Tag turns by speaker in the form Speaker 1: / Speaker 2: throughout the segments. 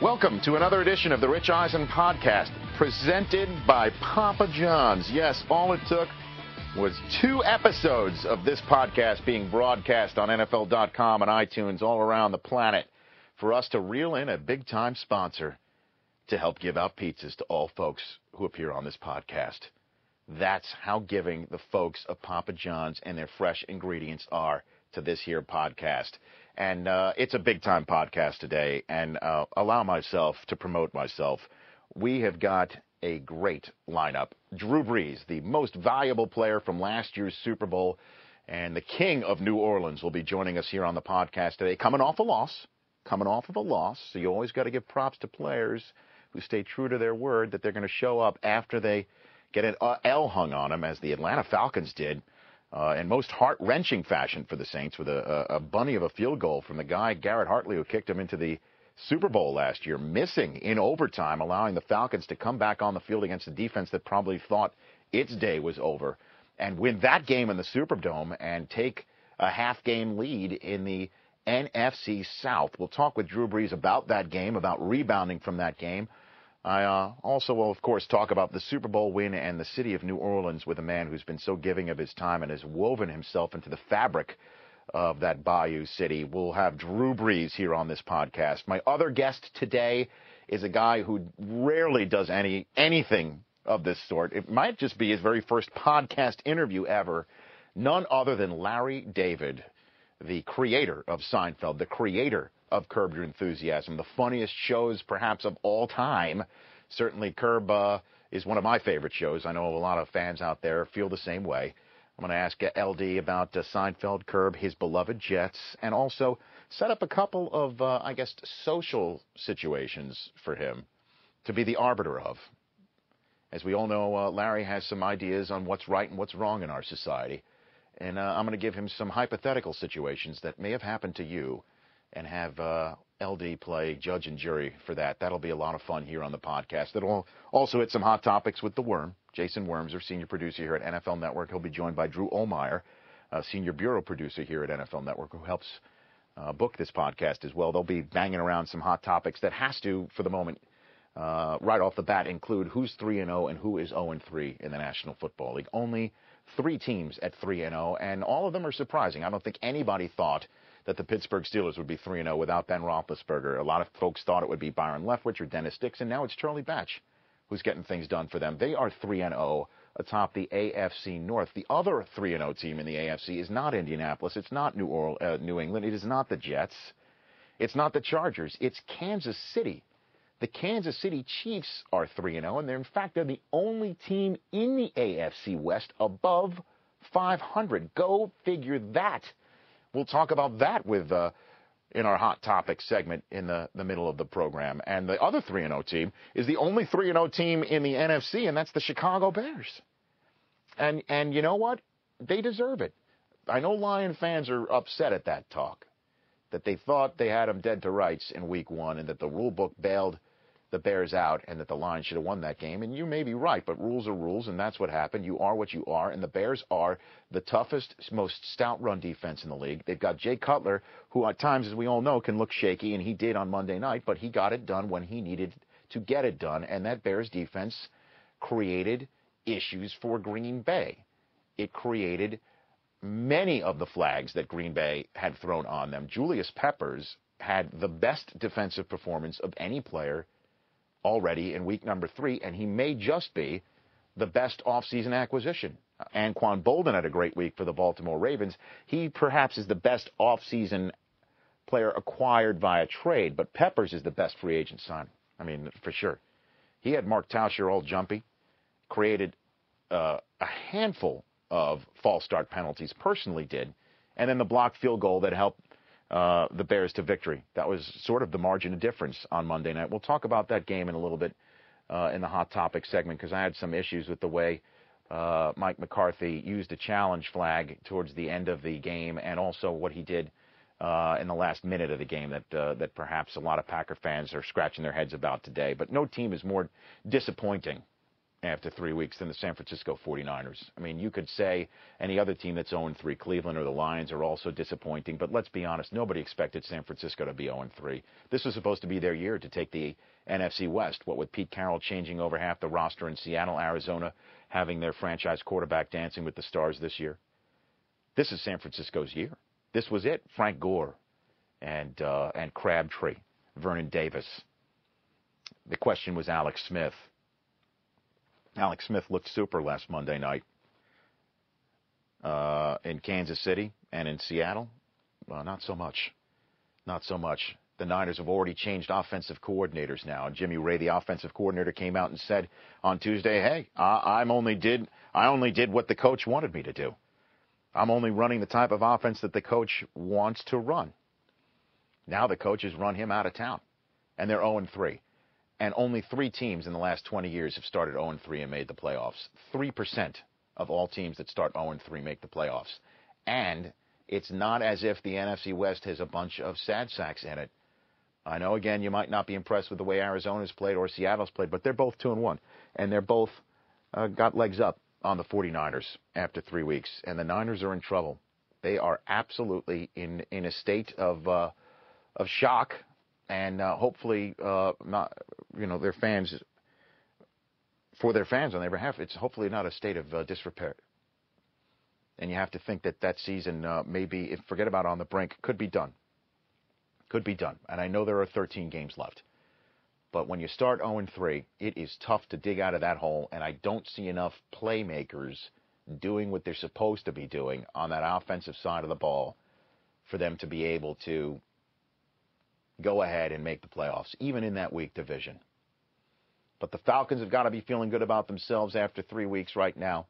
Speaker 1: Welcome to another edition of the Rich Eisen podcast, presented by Papa John's. Yes, all it took was two episodes of this podcast being broadcast on NFL.com and iTunes all around the planet for us to reel in a big time sponsor to help give out pizzas to all folks who appear on this podcast. That's how giving the folks of Papa John's and their fresh ingredients are to this here podcast. And uh, it's a big time podcast today. And uh, allow myself to promote myself. We have got a great lineup. Drew Brees, the most valuable player from last year's Super Bowl, and the king of New Orleans will be joining us here on the podcast today. Coming off a loss, coming off of a loss. So you always got to give props to players who stay true to their word that they're going to show up after they get an uh, L hung on them, as the Atlanta Falcons did. Uh, in most heart wrenching fashion for the Saints, with a, a, a bunny of a field goal from the guy, Garrett Hartley, who kicked him into the Super Bowl last year, missing in overtime, allowing the Falcons to come back on the field against a defense that probably thought its day was over and win that game in the Superdome and take a half game lead in the NFC South. We'll talk with Drew Brees about that game, about rebounding from that game. I uh, also will, of course, talk about the Super Bowl win and the city of New Orleans with a man who's been so giving of his time and has woven himself into the fabric of that Bayou City. We'll have Drew Brees here on this podcast. My other guest today is a guy who rarely does any anything of this sort. It might just be his very first podcast interview ever. None other than Larry David, the creator of Seinfeld, the creator of Curb Your Enthusiasm, the funniest shows perhaps of all time. Certainly, Curb uh, is one of my favorite shows. I know a lot of fans out there feel the same way. I'm going to ask LD about uh, Seinfeld, Curb, his beloved Jets, and also set up a couple of, uh, I guess, social situations for him to be the arbiter of. As we all know, uh, Larry has some ideas on what's right and what's wrong in our society. And uh, I'm going to give him some hypothetical situations that may have happened to you and have uh, LD play judge and jury for that. That'll be a lot of fun here on the podcast. It'll also hit some hot topics with the Worm. Jason Worms, our senior producer here at NFL Network. He'll be joined by Drew Olmeyer, uh, senior bureau producer here at NFL Network, who helps uh, book this podcast as well. They'll be banging around some hot topics that has to, for the moment, uh, right off the bat, include who's three and zero and who is zero and three in the National Football League. Only three teams at three and zero, and all of them are surprising. I don't think anybody thought that the Pittsburgh Steelers would be 3 0 without Ben Roethlisberger. A lot of folks thought it would be Byron Leftwich or Dennis Dixon. Now it's Charlie Batch who's getting things done for them. They are 3 0 atop the AFC North. The other 3 0 team in the AFC is not Indianapolis. It's not New, Orleans, uh, New England. It is not the Jets. It's not the Chargers. It's Kansas City. The Kansas City Chiefs are 3 0, and they're, in fact, they're the only team in the AFC West above 500. Go figure that. We'll talk about that with uh, in our hot topic segment in the, the middle of the program. And the other 3 0 team is the only 3 0 team in the NFC, and that's the Chicago Bears. And and you know what? They deserve it. I know Lion fans are upset at that talk, that they thought they had them dead to rights in Week One, and that the rule book bailed the Bears out, and that the Lions should have won that game. And you may be right, but rules are rules, and that's what happened. You are what you are, and the Bears are the toughest, most stout run defense in the league. They've got Jay Cutler, who at times, as we all know, can look shaky, and he did on Monday night, but he got it done when he needed to get it done, and that Bears defense created issues for Green Bay. It created many of the flags that Green Bay had thrown on them. Julius Peppers had the best defensive performance of any player already in week number three, and he may just be the best offseason acquisition. Anquan Bolden had a great week for the Baltimore Ravens. He perhaps is the best offseason player acquired via trade, but Peppers is the best free agent signing. I mean, for sure. He had Mark Tauscher all jumpy, created uh, a handful of false start penalties, personally did, and then the blocked field goal that helped uh, the Bears to victory. That was sort of the margin of difference on Monday night. We'll talk about that game in a little bit uh, in the Hot Topic segment because I had some issues with the way uh, Mike McCarthy used a challenge flag towards the end of the game and also what he did uh, in the last minute of the game that, uh, that perhaps a lot of Packer fans are scratching their heads about today. But no team is more disappointing after three weeks than the San Francisco 49ers. I mean, you could say any other team that's 0 3, Cleveland or the Lions, are also disappointing, but let's be honest, nobody expected San Francisco to be 0 3. This was supposed to be their year to take the NFC West, what with Pete Carroll changing over half the roster in Seattle, Arizona, having their franchise quarterback dancing with the stars this year. This is San Francisco's year. This was it. Frank Gore and, uh, and Crabtree, Vernon Davis. The question was Alex Smith. Alex Smith looked super last Monday night uh, in Kansas City and in Seattle. Well, not so much. Not so much. The Niners have already changed offensive coordinators now. And Jimmy Ray, the offensive coordinator, came out and said on Tuesday, "Hey, I, I'm only did I only did what the coach wanted me to do. I'm only running the type of offense that the coach wants to run." Now the coaches run him out of town, and they're 0 3 and only three teams in the last 20 years have started 0 3 and made the playoffs. 3% of all teams that start 0 3 make the playoffs. And it's not as if the NFC West has a bunch of sad sacks in it. I know, again, you might not be impressed with the way Arizona's played or Seattle's played, but they're both 2 and 1. And they're both uh, got legs up on the 49ers after three weeks. And the Niners are in trouble. They are absolutely in, in a state of, uh, of shock and uh, hopefully uh, not you know their fans for their fans on their behalf it's hopefully not a state of uh, disrepair and you have to think that that season uh, maybe if forget about on the brink could be done could be done and i know there are 13 games left but when you start 0 3 it is tough to dig out of that hole and i don't see enough playmakers doing what they're supposed to be doing on that offensive side of the ball for them to be able to go ahead and make the playoffs, even in that weak division. But the Falcons have got to be feeling good about themselves after three weeks right now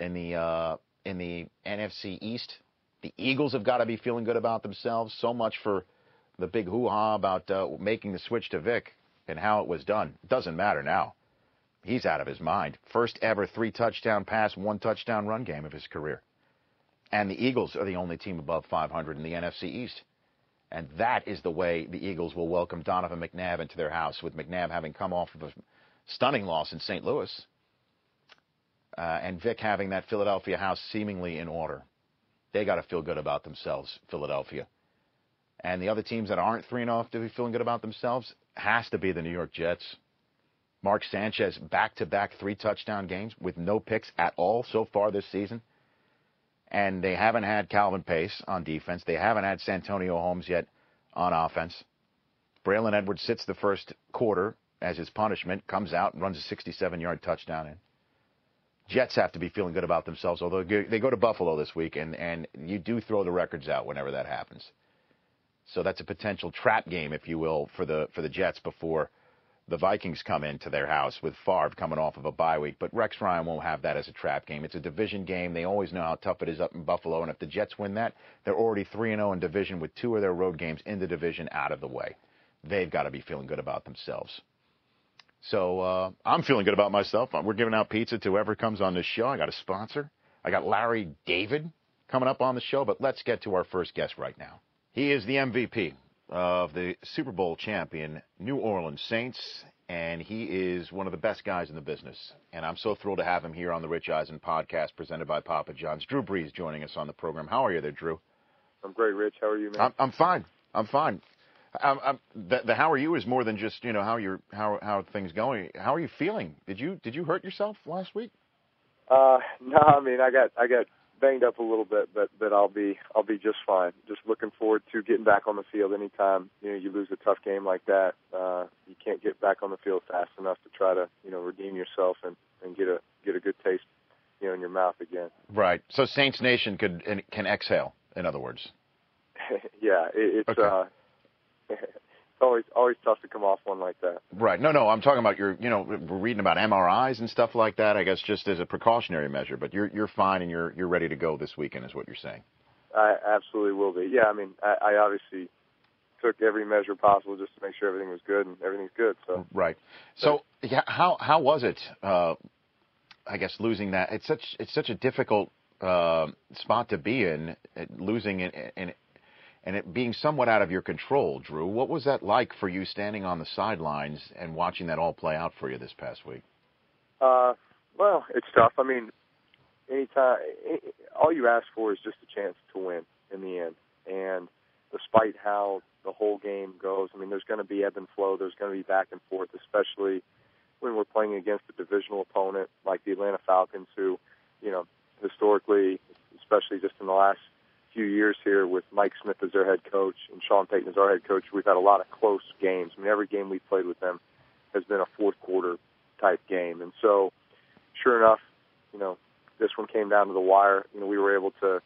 Speaker 1: in the uh, in the NFC East. The Eagles have got to be feeling good about themselves. So much for the big hoo-ha about uh, making the switch to Vic and how it was done. It doesn't matter now. He's out of his mind. First ever three touchdown pass, one touchdown run game of his career. And the Eagles are the only team above 500 in the NFC East. And that is the way the Eagles will welcome Donovan McNabb into their house, with McNabb having come off of a stunning loss in St. Louis, uh, and Vic having that Philadelphia house seemingly in order. They got to feel good about themselves, Philadelphia. And the other teams that aren't 3 0 to be feeling good about themselves has to be the New York Jets. Mark Sanchez, back to back three touchdown games with no picks at all so far this season and they haven't had Calvin Pace on defense. They haven't had Santonio Holmes yet on offense. Braylon Edwards sits the first quarter as his punishment, comes out and runs a 67 yard touchdown in. Jets have to be feeling good about themselves, although they go to Buffalo this week, and, and you do throw the records out whenever that happens. So that's a potential trap game, if you will, for the for the Jets before the Vikings come into their house with Favre coming off of a bye week. But Rex Ryan won't have that as a trap game. It's a division game. They always know how tough it is up in Buffalo. And if the Jets win that, they're already 3 0 in division with two of their road games in the division out of the way. They've got to be feeling good about themselves. So uh, I'm feeling good about myself. Uh, We're giving out pizza to whoever comes on this show. I got a sponsor. I got Larry David coming up on the show. But let's get to our first guest right now. He is the MVP of the Super Bowl champion New Orleans Saints, and he is one of the best guys in the business. And I'm so thrilled to have him here on the Rich Eisen podcast presented by Papa John's. Drew Brees joining us on the program. How are you there, Drew?
Speaker 2: I'm great, Rich. How are you, man?
Speaker 1: I'm, I'm fine. I'm fine. I'm, I'm, the, the, how are you is more than just you know how you're how how are things going. How are you feeling? Did you did you hurt yourself last week?
Speaker 2: Uh, no, I mean I got I got banged up a little bit, but but I'll be I'll be just fine. Just looking forward to getting back on the field. Anytime you know you lose a tough game like that, uh, you can't get back on the field fast enough to try to you know redeem yourself and and get a get a good taste you know in your mouth again.
Speaker 1: Right. So Saints Nation could can exhale. In other words.
Speaker 2: yeah, it, it's okay. uh, it's always always tough to come off one like that.
Speaker 1: Right. No, no. I'm talking about your. You know, we're reading about MRIs and stuff like that. I guess just as a precautionary measure. But you're you're fine and you're you're ready to go this weekend, is what you're saying.
Speaker 2: I absolutely will be. Yeah. I mean, I, I obviously took every measure possible just to make sure everything was good and everything's good. So.
Speaker 1: Right. So yeah, how how was it? Uh, I guess losing that. It's such it's such a difficult uh, spot to be in. Losing it and and it being somewhat out of your control, Drew. What was that like for you standing on the sidelines and watching that all play out for you this past week?
Speaker 2: Uh, well, it's tough. I mean, anytime, all you ask for is just a chance to win in the end. And despite how the whole game goes, I mean, there's going to be ebb and flow. There's going to be back and forth, especially when we're playing against a divisional opponent like the Atlanta Falcons, who, you know, historically, especially just in the last few years here with Mike Smith as their head coach and Sean Payton as our head coach, we've had a lot of close games. I mean, every game we've played with them has been a fourth quarter type game. And so, sure enough, you know, this one came down to the wire. You know, we were able to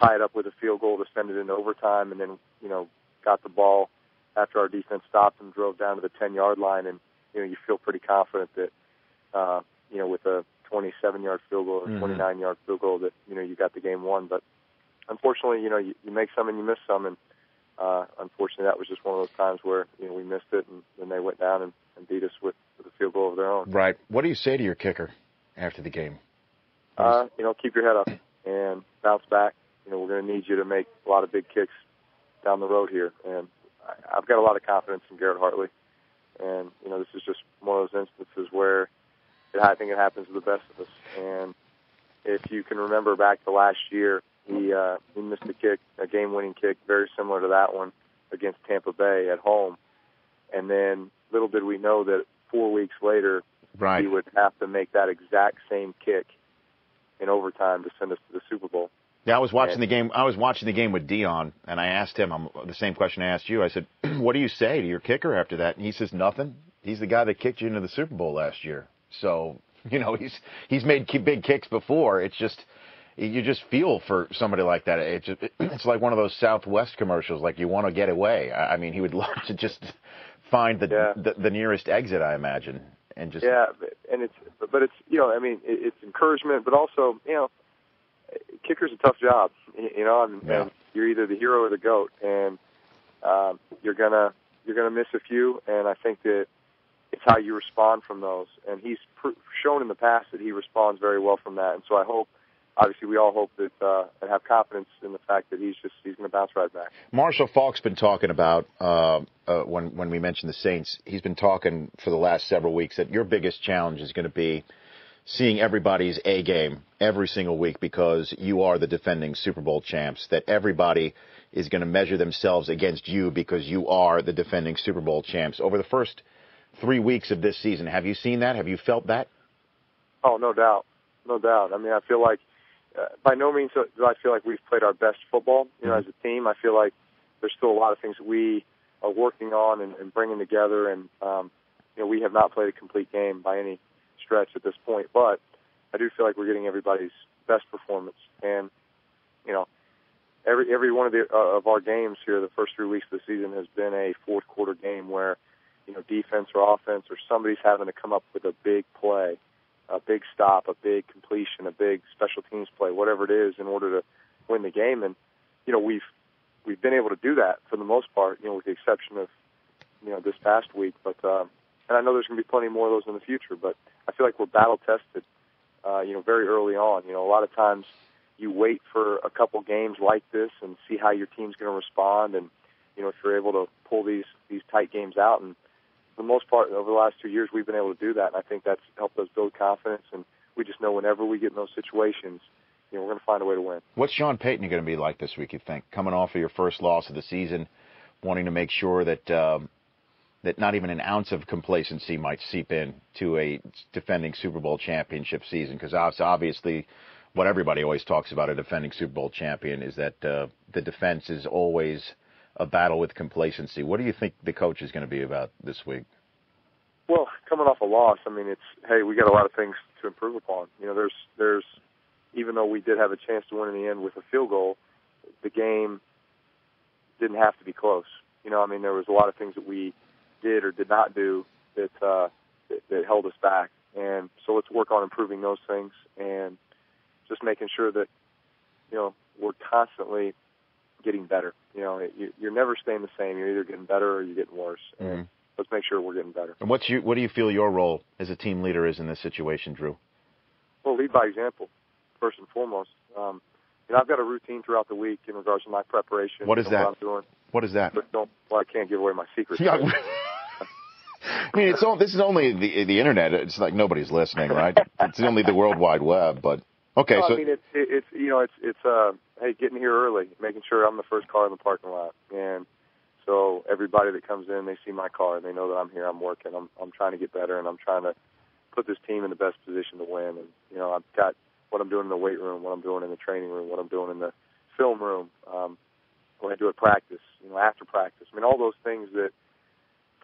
Speaker 2: tie it up with a field goal to send it in overtime and then, you know, got the ball after our defense stopped and drove down to the 10 yard line. And, you know, you feel pretty confident that, uh, you know, with a 27 yard field goal or 29 yard field goal that, you know, you got the game won. But unfortunately, you know, you, you make some and you miss some. And, uh, unfortunately, that was just one of those times where, you know, we missed it and then they went down and, and beat us with, with a field goal of their own.
Speaker 1: Right. What do you say to your kicker after the game?
Speaker 2: Uh, you know, keep your head up and bounce back. You know, we're going to need you to make a lot of big kicks down the road here. And I- I've got a lot of confidence in Garrett Hartley. And, you know, this is just one of those instances where it, I think it happens to the best of us. And if you can remember back to last year, he, uh, he missed a kick, a game winning kick, very similar to that one against Tampa Bay at home. And then little did we know that four weeks later,
Speaker 1: Right.
Speaker 2: he would have to make that exact same kick in overtime to send us to the Super Bowl.
Speaker 1: Yeah, I was watching the game. I was watching the game with Dion, and I asked him um the same question I asked you. I said, "What do you say to your kicker after that?" And he says, "Nothing. He's the guy that kicked you into the Super Bowl last year. So you know he's he's made ki- big kicks before. It's just you just feel for somebody like that. It just, it's like one of those Southwest commercials. Like you want to get away. I I mean, he would love to just find the
Speaker 2: Yeah.
Speaker 1: the, the nearest exit, I imagine, and just
Speaker 2: Yeah, but- and it's but but it's you know I mean it, it's encouragement, but also you know kicker's a tough job. You you know, and,
Speaker 1: Yeah.
Speaker 2: and you're either the hero or the goat, and um, you're gonna you're gonna miss a few, and I think that it's how you respond from those. And he's pr- shown in the past that he responds very well from that, and so I hope. Obviously, we all hope that uh, and have confidence in the fact that he's just he's going to bounce right back.
Speaker 1: Marshall Falk's been talking about uh, uh, when when we mentioned the Saints. He's been talking for the last several weeks that your biggest challenge is going to be seeing everybody's A game every single week because you are the defending Super Bowl champs. That everybody is going to measure themselves against you because you are the defending Super Bowl champs. Over the first three weeks of this season, have you seen that? Have you felt that?
Speaker 2: Oh, no doubt, no doubt. I mean, I feel like uh, by no means do I feel like we've played our best football. You know, as a team, I feel like there's still a lot of things we are working on and, and bringing together, and um, you know, we have not played a complete game by any stretch at this point. But I do feel like we're getting everybody's best performance, and you know, every every one of the uh, of our games here, the first three weeks of the season has been a fourth quarter game where you know defense or offense or somebody's having to come up with a big play a big stop, a big completion, a big special teams play, whatever it is, in order to win the game. And you know we've we've been able to do that for the most part, you know, with the exception of you know this past week. But um, and I know there's going to be plenty more of those in the future. But I feel like we're battle tested, uh, you know, very early on. You know, a lot of times you wait for a couple games like this and see how your team's going to respond, and you know if you're able to pull these these tight games out and for the most part, over the last two years, we've been able to do that, and I think that's helped us build confidence. And we just know whenever we get in those situations, you know, we're going to find a way to win.
Speaker 1: What's Sean Payton going to be like this week? You think coming off of your first loss of the season, wanting to make sure that um, that not even an ounce of complacency might seep in to a defending Super Bowl championship season, because obviously, what everybody always talks about a defending Super Bowl champion is that uh, the defense is always a battle with complacency. What do you think the coach is going to be about this week?
Speaker 2: Well, coming off a loss, I mean, it's hey, we got a lot of things to improve upon. You know, there's there's even though we did have a chance to win in the end with a field goal, the game didn't have to be close. You know, I mean, there was a lot of things that we did or did not do that uh, that, that held us back, and so let's work on improving those things and just making sure that you know we're constantly getting better. You know, you, you're never staying the same. You're either getting better or you're getting worse.
Speaker 1: Mm.
Speaker 2: And let's make sure we're getting better.
Speaker 1: And what's your, what do you feel your role as a team leader is in this situation, Drew?
Speaker 2: Well, lead by example, first and foremost. Um, you know, I've got a routine throughout the week in regards to my preparation.
Speaker 1: What is
Speaker 2: you know,
Speaker 1: that?
Speaker 2: What I'm doing,
Speaker 1: What is that?
Speaker 2: but don't. Well, I can't give away my secrets.
Speaker 1: Yeah. I mean, it's all, this is only the the internet. It's like nobody's listening, right? It's only the World Wide Web. But okay,
Speaker 2: Well,
Speaker 1: so
Speaker 2: I mean, it's it- it's you know, it's it's uh, hey, getting here early, making sure I'm the first car in the parking lot, and so everybody that comes in, they see my car and they know that I'm here, I'm working, I'm I'm trying to get better, and I'm trying to put this team in the best position to win. And you know, I've got what I'm doing in the weight room, what I'm doing in the training room, what I'm doing in the film room, um, what I do at practice, you know, after practice. I mean, all those things that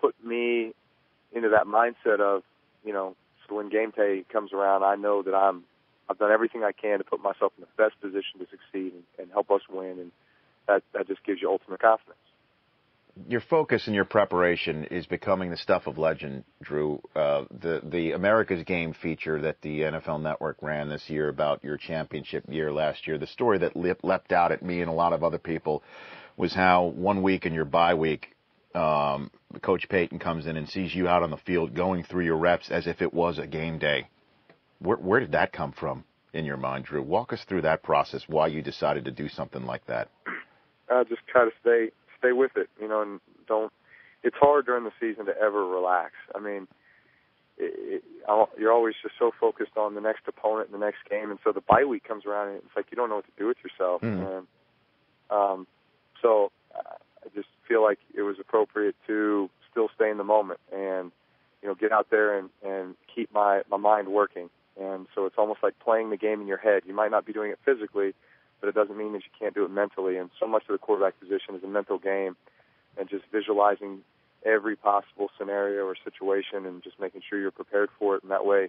Speaker 2: put me into that mindset of you know, so when game day comes around, I know that I'm I've done everything I can to put myself in the best position to succeed and, and help us win, and that that just gives you ultimate confidence.
Speaker 1: your focus and your preparation is becoming the stuff of legend, Drew. Uh, the the America's Game feature that the NFL Network ran this year about your championship year last year. The story that lip, leapt out at me and a lot of other people was how one week in your bye week, um, Coach Payton comes in and sees you out on the field going through your reps as if it was a game day. Where where did that come from in your mind, Drew? Walk us through that process. Why you decided to do something like that?
Speaker 2: I just try to stay stay with it, you know, and don't. It's hard during the season to ever relax. I mean, it, it, I'll- you're always just so focused on the next opponent, and the next game, and so the bye week comes around, and it's like you don't know what to do with yourself.
Speaker 1: Mm.
Speaker 2: And um, so uh, I just feel like it was appropriate to still stay in the moment and you know get out there and and keep my my mind working. And so it's almost like playing the game in your head. You might not be doing it physically, but it doesn't mean that you can't do it mentally. And so much of the quarterback position is a mental game, and just visualizing every possible scenario or situation, and just making sure you're prepared for it. And that way,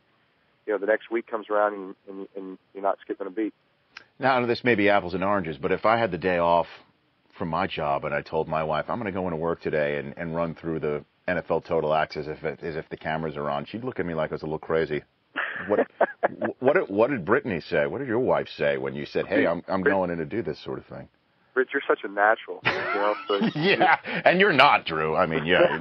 Speaker 2: you know, the next week comes around and, and, and you're not skipping a beat.
Speaker 1: Now, this may be apples and oranges, but if I had the day off from my job and I told my wife, I'm going to go into work today and, and run through the NFL total acts as if, it, as if the cameras are on, she'd look at me like I was a little crazy. What, wh- what, did, what did Brittany say? What did your wife say when you said, hey, I'm, I'm going in to do this sort of thing?
Speaker 2: Rich, you're such a natural. You know, so
Speaker 1: Yeah, and you're not, Drew. I mean, yeah,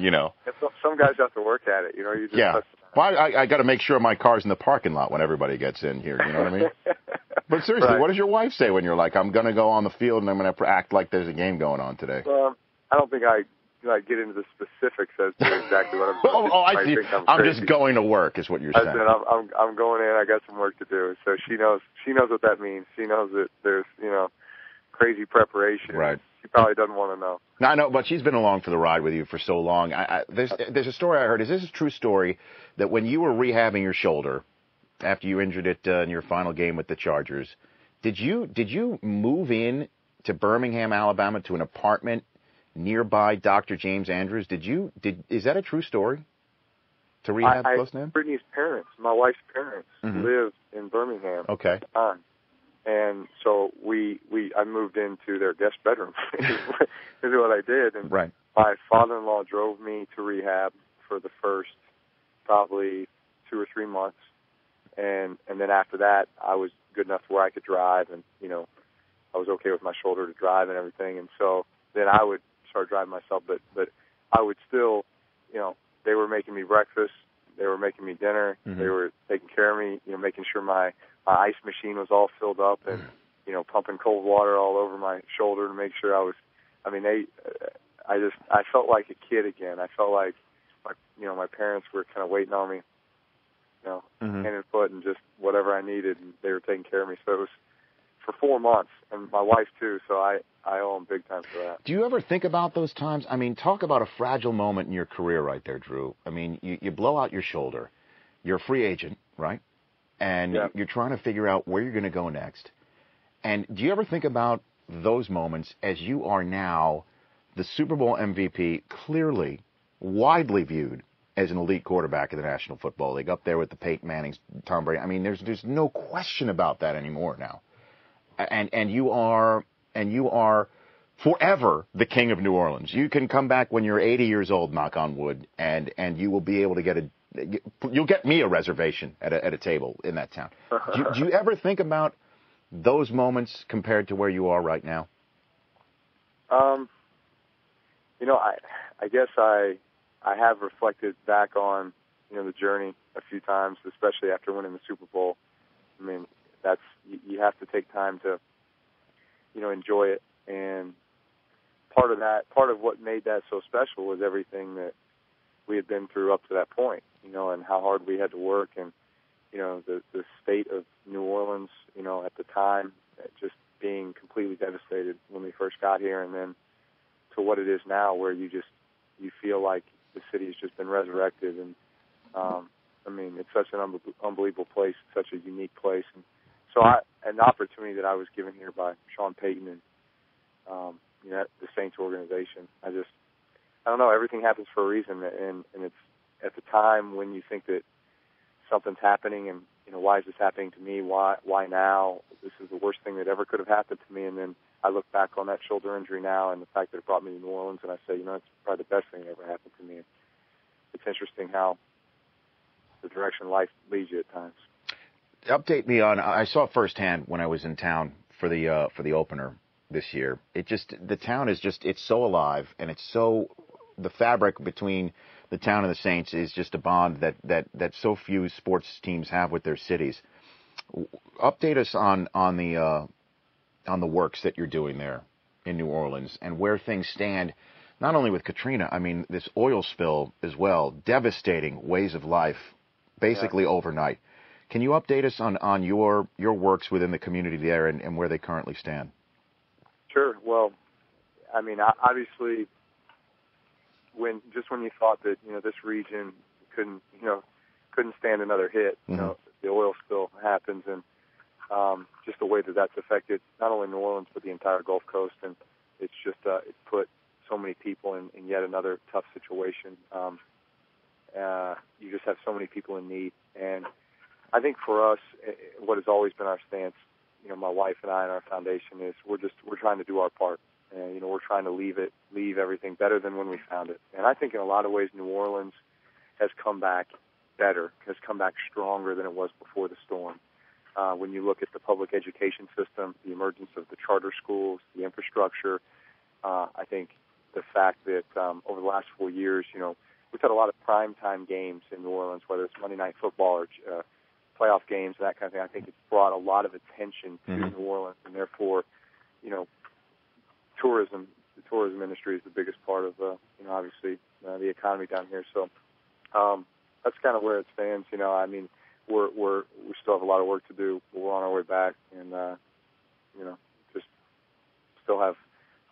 Speaker 1: you know.
Speaker 2: and so- some guys have to work at it. You know, you just
Speaker 1: Yeah.
Speaker 2: such-
Speaker 1: Well, I, I got to make sure my car's in the parking lot when everybody gets in here. You know what I mean? But seriously,
Speaker 2: Right.
Speaker 1: what does your wife say when you're like, I'm going to go on the field and I'm going to act like there's a game going on today?
Speaker 2: Um, I don't think I like get into the specifics as to exactly what I'm doing.
Speaker 1: Oh, oh, I
Speaker 2: might
Speaker 1: see.
Speaker 2: think
Speaker 1: I'm,
Speaker 2: crazy.
Speaker 1: just going to work, is what you're
Speaker 2: I
Speaker 1: saying.
Speaker 2: said I'm, I'm I'm going in. I got some work to do. So she knows she knows what that means. She knows that there's you know crazy preparation.
Speaker 1: Right.
Speaker 2: She probably doesn't want to know.
Speaker 1: No, I know, but she's been along for the ride with you for so long. I, I, there's, there's a story I heard. Is this a true story that when you were rehabbing your shoulder after you injured it uh, in your final game with the Chargers, did you did you move in to Birmingham, Alabama, to an apartment nearby Dr. James Andrews? Did you did is that a true story? To rehab
Speaker 2: I, I,
Speaker 1: close to him?
Speaker 2: Brittany's parents, my wife's parents,
Speaker 1: Mhm.
Speaker 2: live in Birmingham.
Speaker 1: Okay.
Speaker 2: time. And so we we I moved into their guest bedroom. is what I did. And
Speaker 1: Right.
Speaker 2: my father-in-law drove me to rehab for the first probably two or three months, and and then after that I was good enough to where I could drive, and you know I was okay with my shoulder to drive and everything, and so then I would start driving myself, but but I would still, you know, they were making me breakfast, they were making me dinner,
Speaker 1: Mhm.
Speaker 2: they were taking care of me, you know, making sure my my ice machine was all filled up, and you know pumping cold water all over my shoulder to make sure I was. I mean they. Uh, I just I felt like a kid again. I felt like my you know my parents were kind of waiting on me, you know,
Speaker 1: Mhm.
Speaker 2: hand and foot, and just whatever I needed, and they were taking care of me. So it was for four months, and my wife too. So I I owe them big time for that.
Speaker 1: Do you ever think about those times? I mean, talk about a fragile moment in your career right there, Drew. I mean, you, you blow out your shoulder. You're a free agent, right? And
Speaker 2: Yeah.
Speaker 1: you're trying to figure out where you're going to go next. And do you ever think about those moments as you are now the Super Bowl MVP, clearly, widely viewed as an elite quarterback in the National Football League, up there with the Peyton Mannings, Tom Brady? I mean, there's there's no question about that anymore now. And and you are and you are forever the king of New Orleans. You can come back when you're 80 years old, knock on wood, and and you will be able to get a you'll get me a reservation at a at a table in that town. Do you, do you ever think about those moments compared to where you are right now?
Speaker 2: Um, you know, I I guess I I have reflected back on you know the journey a few times, especially after winning the Super Bowl. I mean, that's you, you have to take time to you know enjoy it, and part of that, part of what made that so special was everything that we had been through up to that point, you know, and how hard we had to work, and you know, the the state of New Orleans, you know, at the time, just being completely devastated when we first got here, and then to what it is now, where you just you feel like the city's just been resurrected, and um, I mean, it's such an unbe- unbelievable place, such a unique place, and so I an opportunity that I was given here by Sean Payton and um, you know the Saints organization. I just I don't know. Everything happens for a reason, and and it's at the time when you think that something's happening, and you know why is this happening to me? Why why now? This is the worst thing that ever could have happened to me. And then I look back on that shoulder injury now, and the fact that it brought me to New Orleans, and I say, you know, it's probably the best thing that ever happened to me. And it's interesting how the direction life leads you at times.
Speaker 1: Update me on. I saw firsthand when I was in town for the uh, for the opener this year. It just the town is just it's so alive and it's so the fabric between the town and the Saints is just a bond that that that so few sports teams have with their cities. Update us on on the uh, on the works that you're doing there in New Orleans and where things stand. Not only with Katrina, I mean this oil spill as well, devastating ways of life, basically yeah. overnight. Can you update us on, on your your works within the community there and, and where they currently stand?
Speaker 2: Sure. Well, I mean, obviously, when just when you thought that you know this region couldn't you know couldn't stand another hit, you mm-hmm. know the oil spill happens, and um, just the way that that's affected not only New Orleans but the entire Gulf Coast, and it's just uh, it put so many people in, in yet another tough situation. Um, uh, you just have so many people in need, and I think for us, it, what has always been our stance you know my wife and I and our foundation is we're just we're trying to do our part and you know we're trying to leave it leave everything better than when we found it and I think in a lot of ways New Orleans has come back better has come back stronger than it was before the storm uh, when you look at the public education system the emergence of the charter schools the infrastructure uh, I think the fact that um, over the last four years you know we've had a lot of prime time games in New Orleans whether it's Monday night football or uh, playoff games and that kind of thing. I think it's brought a lot of attention to mm-hmm. New Orleans, and therefore, you know, tourism. The tourism industry is the biggest part of, uh, you know, obviously uh, the economy down here. So um, that's kind of where it stands. You know, I mean, we're we're we still have a lot of work to do, but we're on our way back, and uh, you know, just still have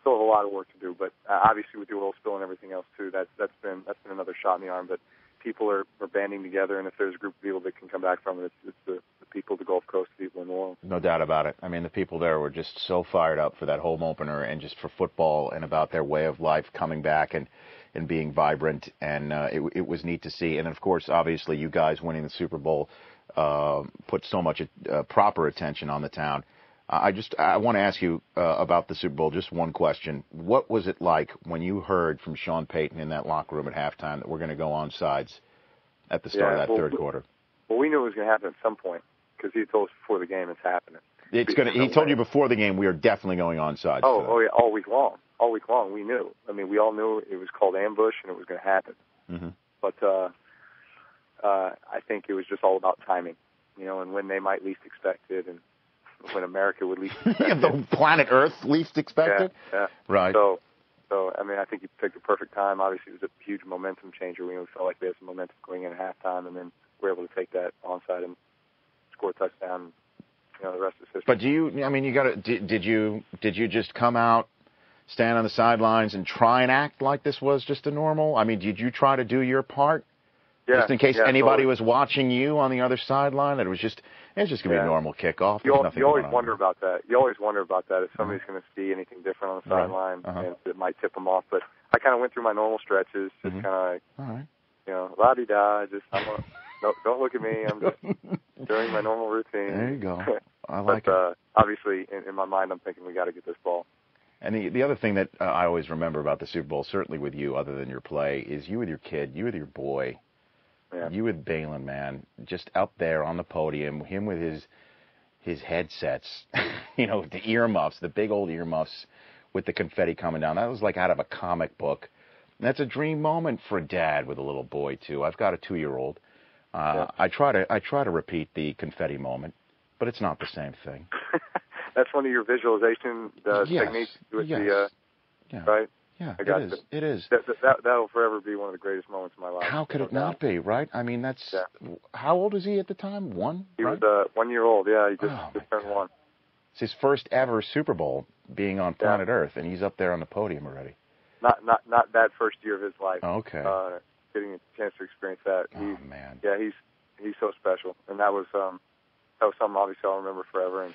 Speaker 2: still have a lot of work to do. But uh, obviously, with the oil spill and everything else too, that's that's been that's been another shot in the arm, but people are, are banding together, and if there's a group of people that can come back from it, it's, it's the, the people of the Gulf Coast, the people in New Orleans.
Speaker 1: No doubt about it. I mean, the people there were just so fired up for that home opener and just for football and about their way of life coming back and, and being vibrant, and uh, it, it was neat to see. And of course, obviously, you guys winning the Super Bowl uh, put so much uh, proper attention on the town. Uh, I just I want to ask you uh, about the Super Bowl. Just one question: What was it like when you heard from Sean Payton in that locker room at halftime that we're going to go on sides at the start yeah, of that
Speaker 2: well,
Speaker 1: third quarter?
Speaker 2: Well, we knew it was going to happen at some point because he told us before the game it's happening.
Speaker 1: It's going to. He told you before the game we are definitely going on sides.
Speaker 2: Oh, oh yeah, all week long, all week long. We knew. I mean, we all knew it was called ambush and it was going to happen. Mm-hmm. But uh, uh, I think it was just all about timing, you know, and when they might least expect it, and when America would least expect
Speaker 1: the planet Earth least expected.
Speaker 2: Yeah, yeah.
Speaker 1: Right.
Speaker 2: So, so I mean, I think he picked the perfect time. Obviously, it was a huge momentum changer. We felt like we had some momentum going in at halftime, and then we were able to take that onside and score a touchdown. You know, the rest is history.
Speaker 1: But do you? I mean, you got to. Did, did you? Did you just come out? Stand on the sidelines and try and act like this was just a normal. I mean, did you try to do your part?
Speaker 2: Yeah,
Speaker 1: just in case
Speaker 2: yeah,
Speaker 1: anybody totally. was watching you on the other sideline. It was just it was just gonna yeah. be a normal kickoff.
Speaker 2: You,
Speaker 1: all,
Speaker 2: you always wonder
Speaker 1: there.
Speaker 2: about that. You always wonder about that if
Speaker 1: Uh-huh.
Speaker 2: somebody's mm-hmm. gonna see anything different on the sideline right. uh-huh. and it might tip them off. But I kind of went through my normal stretches, just mm-hmm. kind of like, all right. you know, la di da. Just I'm gonna, no, don't look at me. I'm just doing my normal routine.
Speaker 1: There you go. I like
Speaker 2: but,
Speaker 1: it.
Speaker 2: Uh, obviously, in, in my mind, I'm thinking we got to get this ball.
Speaker 1: And the, the other thing that uh, I always remember about the Super Bowl, certainly with you, other than your play, is you with your kid, you with your boy, yeah. You with Balin, man, just up there on the podium, him with his his headsets, you know, the earmuffs, the big old earmuffs with the confetti coming down. That was like out of a comic book. And that's a dream moment for a dad with a little boy too. I've got a two year old. Uh, yeah. I try to I try to repeat the confetti moment, but it's not the same thing.
Speaker 2: that's one of your visualization uh,
Speaker 1: yes.
Speaker 2: techniques with
Speaker 1: yes.
Speaker 2: the uh,
Speaker 1: yeah.
Speaker 2: right.
Speaker 1: Yeah,
Speaker 2: I got
Speaker 1: it is.
Speaker 2: to-
Speaker 1: It is.
Speaker 2: That, that, that that'll forever be one of the greatest moments of my life.
Speaker 1: How could
Speaker 2: no
Speaker 1: it
Speaker 2: doubt.
Speaker 1: not be, right? I mean, that's how old is he at the time? One.
Speaker 2: He
Speaker 1: right?
Speaker 2: was uh, one year old. Yeah, he just,
Speaker 1: Oh,
Speaker 2: just
Speaker 1: my
Speaker 2: turned
Speaker 1: God.
Speaker 2: one.
Speaker 1: It's his first ever Super Bowl being on planet Earth, and he's up there on the podium already.
Speaker 2: Not not not that first year of his life.
Speaker 1: Okay.
Speaker 2: Uh, getting a chance to experience that. He,
Speaker 1: oh man.
Speaker 2: yeah, he's he's so special, and that was um that was something obviously I'll remember forever. And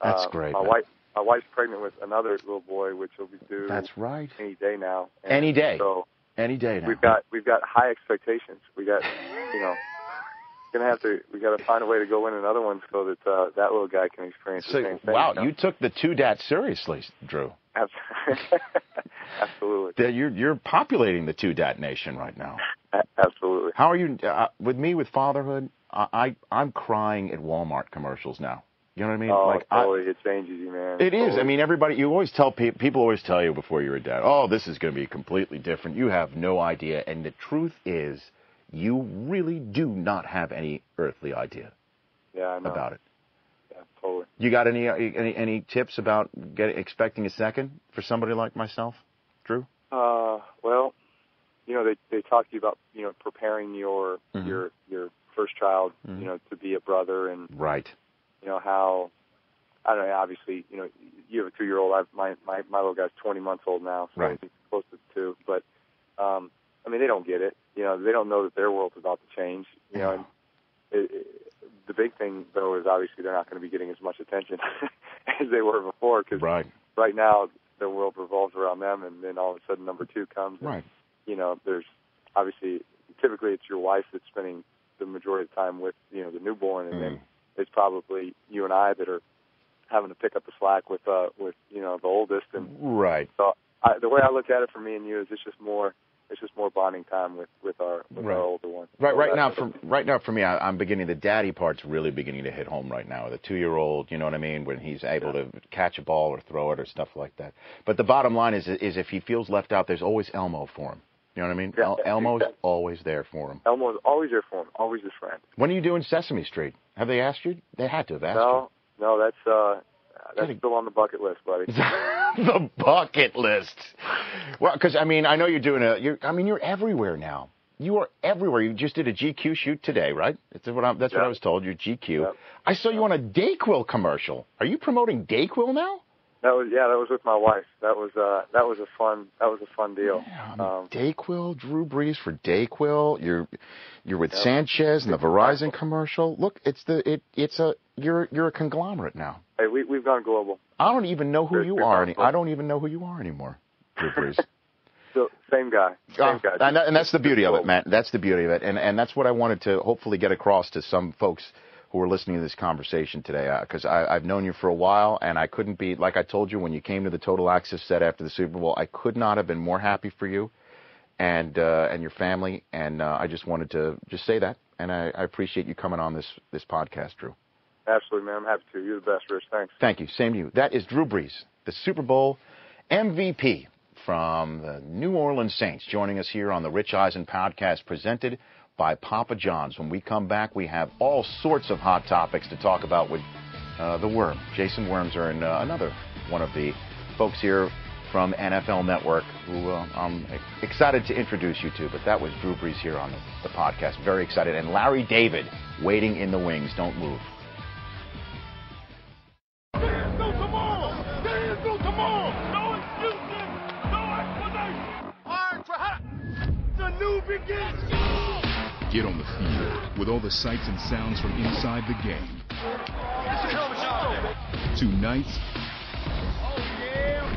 Speaker 2: uh,
Speaker 1: That's great,
Speaker 2: My
Speaker 1: man.
Speaker 2: wife my wife's pregnant with another little boy, which will be due
Speaker 1: That's right.
Speaker 2: any day now. And
Speaker 1: Any day.
Speaker 2: So
Speaker 1: Any day now.
Speaker 2: we've got we've got high expectations. We got you know gonna have to we got to find a way to go win another one so that uh, that little guy can experience the
Speaker 1: So,
Speaker 2: same thing.
Speaker 1: wow,
Speaker 2: know?
Speaker 1: you took the two dat seriously, Drew.
Speaker 2: Abs- absolutely.
Speaker 1: That You're you're populating the two dat nation right now.
Speaker 2: A- Absolutely.
Speaker 1: How are you uh, with me with fatherhood? I, I I'm crying at Walmart commercials now. You know what I mean?
Speaker 2: Oh,
Speaker 1: like I,
Speaker 2: totally, it changes you, man.
Speaker 1: It is.
Speaker 2: Totally.
Speaker 1: I mean, everybody. You always tell people. People always tell you before you're a dad. Oh, this is going to be completely different. You have no idea. And the truth is, you really do not have any earthly idea
Speaker 2: yeah, I know.
Speaker 1: about it.
Speaker 2: Yeah, totally.
Speaker 1: You got any any any tips about get, expecting a second for somebody like myself, Drew?
Speaker 2: Uh, well, you know, they they talk to you about you know preparing your
Speaker 1: Mhm.
Speaker 2: your your first child,
Speaker 1: Mhm.
Speaker 2: you know, to be a brother, and
Speaker 1: Right.
Speaker 2: you know how. I don't know. Obviously, you know, you have a two-year-old. I've, my my my little guy's 20 months old now, so
Speaker 1: Right.
Speaker 2: he's close to two. But um, I mean, they don't get it. You know, they don't know that their world's about to change. You know, and it, it, the big thing though is obviously they're not going to be getting as much attention as they were before because
Speaker 1: Right.
Speaker 2: right now the world revolves around them, and then all of a sudden number two comes. and,
Speaker 1: Right.
Speaker 2: You know, there's obviously typically it's your wife that's spending the majority of the time with you know the newborn, and
Speaker 1: Mm.
Speaker 2: then it's probably you and I that are having to pick up the slack with uh with you know the oldest. And
Speaker 1: Right.
Speaker 2: I, the way I look at it for me and you is it's just more it's just more bonding time with with our with
Speaker 1: Right.
Speaker 2: our older one.
Speaker 1: Right,
Speaker 2: So
Speaker 1: right
Speaker 2: that-
Speaker 1: now, for right now for me, I, I'm beginning. The daddy part's really beginning to hit home right now. The two-year-old, you know what I mean, when he's able to catch a ball or throw it or stuff like that. But the bottom line is, is if he feels left out, there's always Elmo for him. You know what I mean?
Speaker 2: Yeah,
Speaker 1: El, Elmo's
Speaker 2: exactly.
Speaker 1: always there for him.
Speaker 2: Elmo's always there for him, always his friend.
Speaker 1: When are you doing Sesame Street? Have they asked you? They had to have asked
Speaker 2: No, no, that's uh
Speaker 1: Gotta-
Speaker 2: that's still on the bucket list, buddy.
Speaker 1: you. the bucket list. Well, because I mean, I know you're doing a. You're, I mean, you're everywhere now. You are everywhere. You just did a GQ shoot today, right? That's what I, that's what
Speaker 2: Yeah.
Speaker 1: I was told. You're GQ.
Speaker 2: Yep.
Speaker 1: I saw you on a Dayquil commercial. Are you promoting Dayquil now?
Speaker 2: That was yeah, that was with my wife. That was uh that was a fun that was a fun deal.
Speaker 1: Yeah, I mean,
Speaker 2: Um
Speaker 1: Dayquil, Drew Brees for Dayquil. You're you're with
Speaker 2: Yep.
Speaker 1: Sanchez in the Verizon commercial. Look, it's the it it's a you're you're a conglomerate now.
Speaker 2: hey, we we've gone global.
Speaker 1: I don't even know who
Speaker 2: Very
Speaker 1: you are. Any,
Speaker 2: powerful.
Speaker 1: I don't even know who you are anymore, Drew Brees.
Speaker 2: So same guy. Same
Speaker 1: Oh,
Speaker 2: guy.
Speaker 1: and, that- and that's the beauty of it, Matt. That's the beauty of it, and and that's what I wanted to hopefully get across to some folks who are listening to this conversation today, because I I've known you for a while, and I couldn't be like I told you when you came to the Total Access set after the Super Bowl. I could not have been more happy for you, and uh, and your family, and uh, I just wanted to just say that, and I, I appreciate you coming on this this podcast, Drew.
Speaker 2: Absolutely, man. I'm happy to. You're the best, Rich. Thanks.
Speaker 1: Thank you. Same to you. That is Drew Brees, the Super Bowl MVP from the New Orleans Saints, joining us here on the Rich Eisen podcast presented by Papa John's. When we come back, we have all sorts of hot topics to talk about with uh, the Worm. Jason Worms are in uh, another one of the folks here from NFL Network who uh, I'm excited to introduce you to. But that was Drew Brees here on the, the podcast. Very excited. And Larry David waiting in the wings. Don't move.
Speaker 3: There is no tomorrow. There is no tomorrow. No excuses. No explanation. Hard for hot. The new begins.
Speaker 4: Get on the field with all the sights and sounds from inside the game. To nights,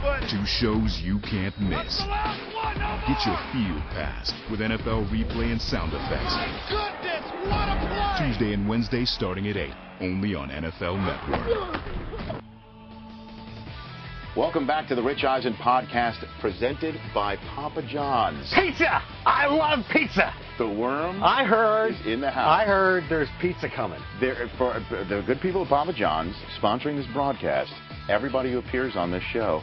Speaker 3: Oh,
Speaker 4: to shows you can't miss. Get your field pass with NFL replay and sound effects.
Speaker 3: Goodness, what a play!
Speaker 4: Tuesday and Wednesday starting at 8, only on NFL Network.
Speaker 1: Welcome back to the Rich Eisen podcast presented by Papa John's.
Speaker 5: Pizza! I love pizza.
Speaker 1: The worm
Speaker 5: I heard.
Speaker 1: is in the house.
Speaker 5: I heard there's pizza coming.
Speaker 1: There, for, for the good people at Papa John's sponsoring this broadcast, everybody who appears on this show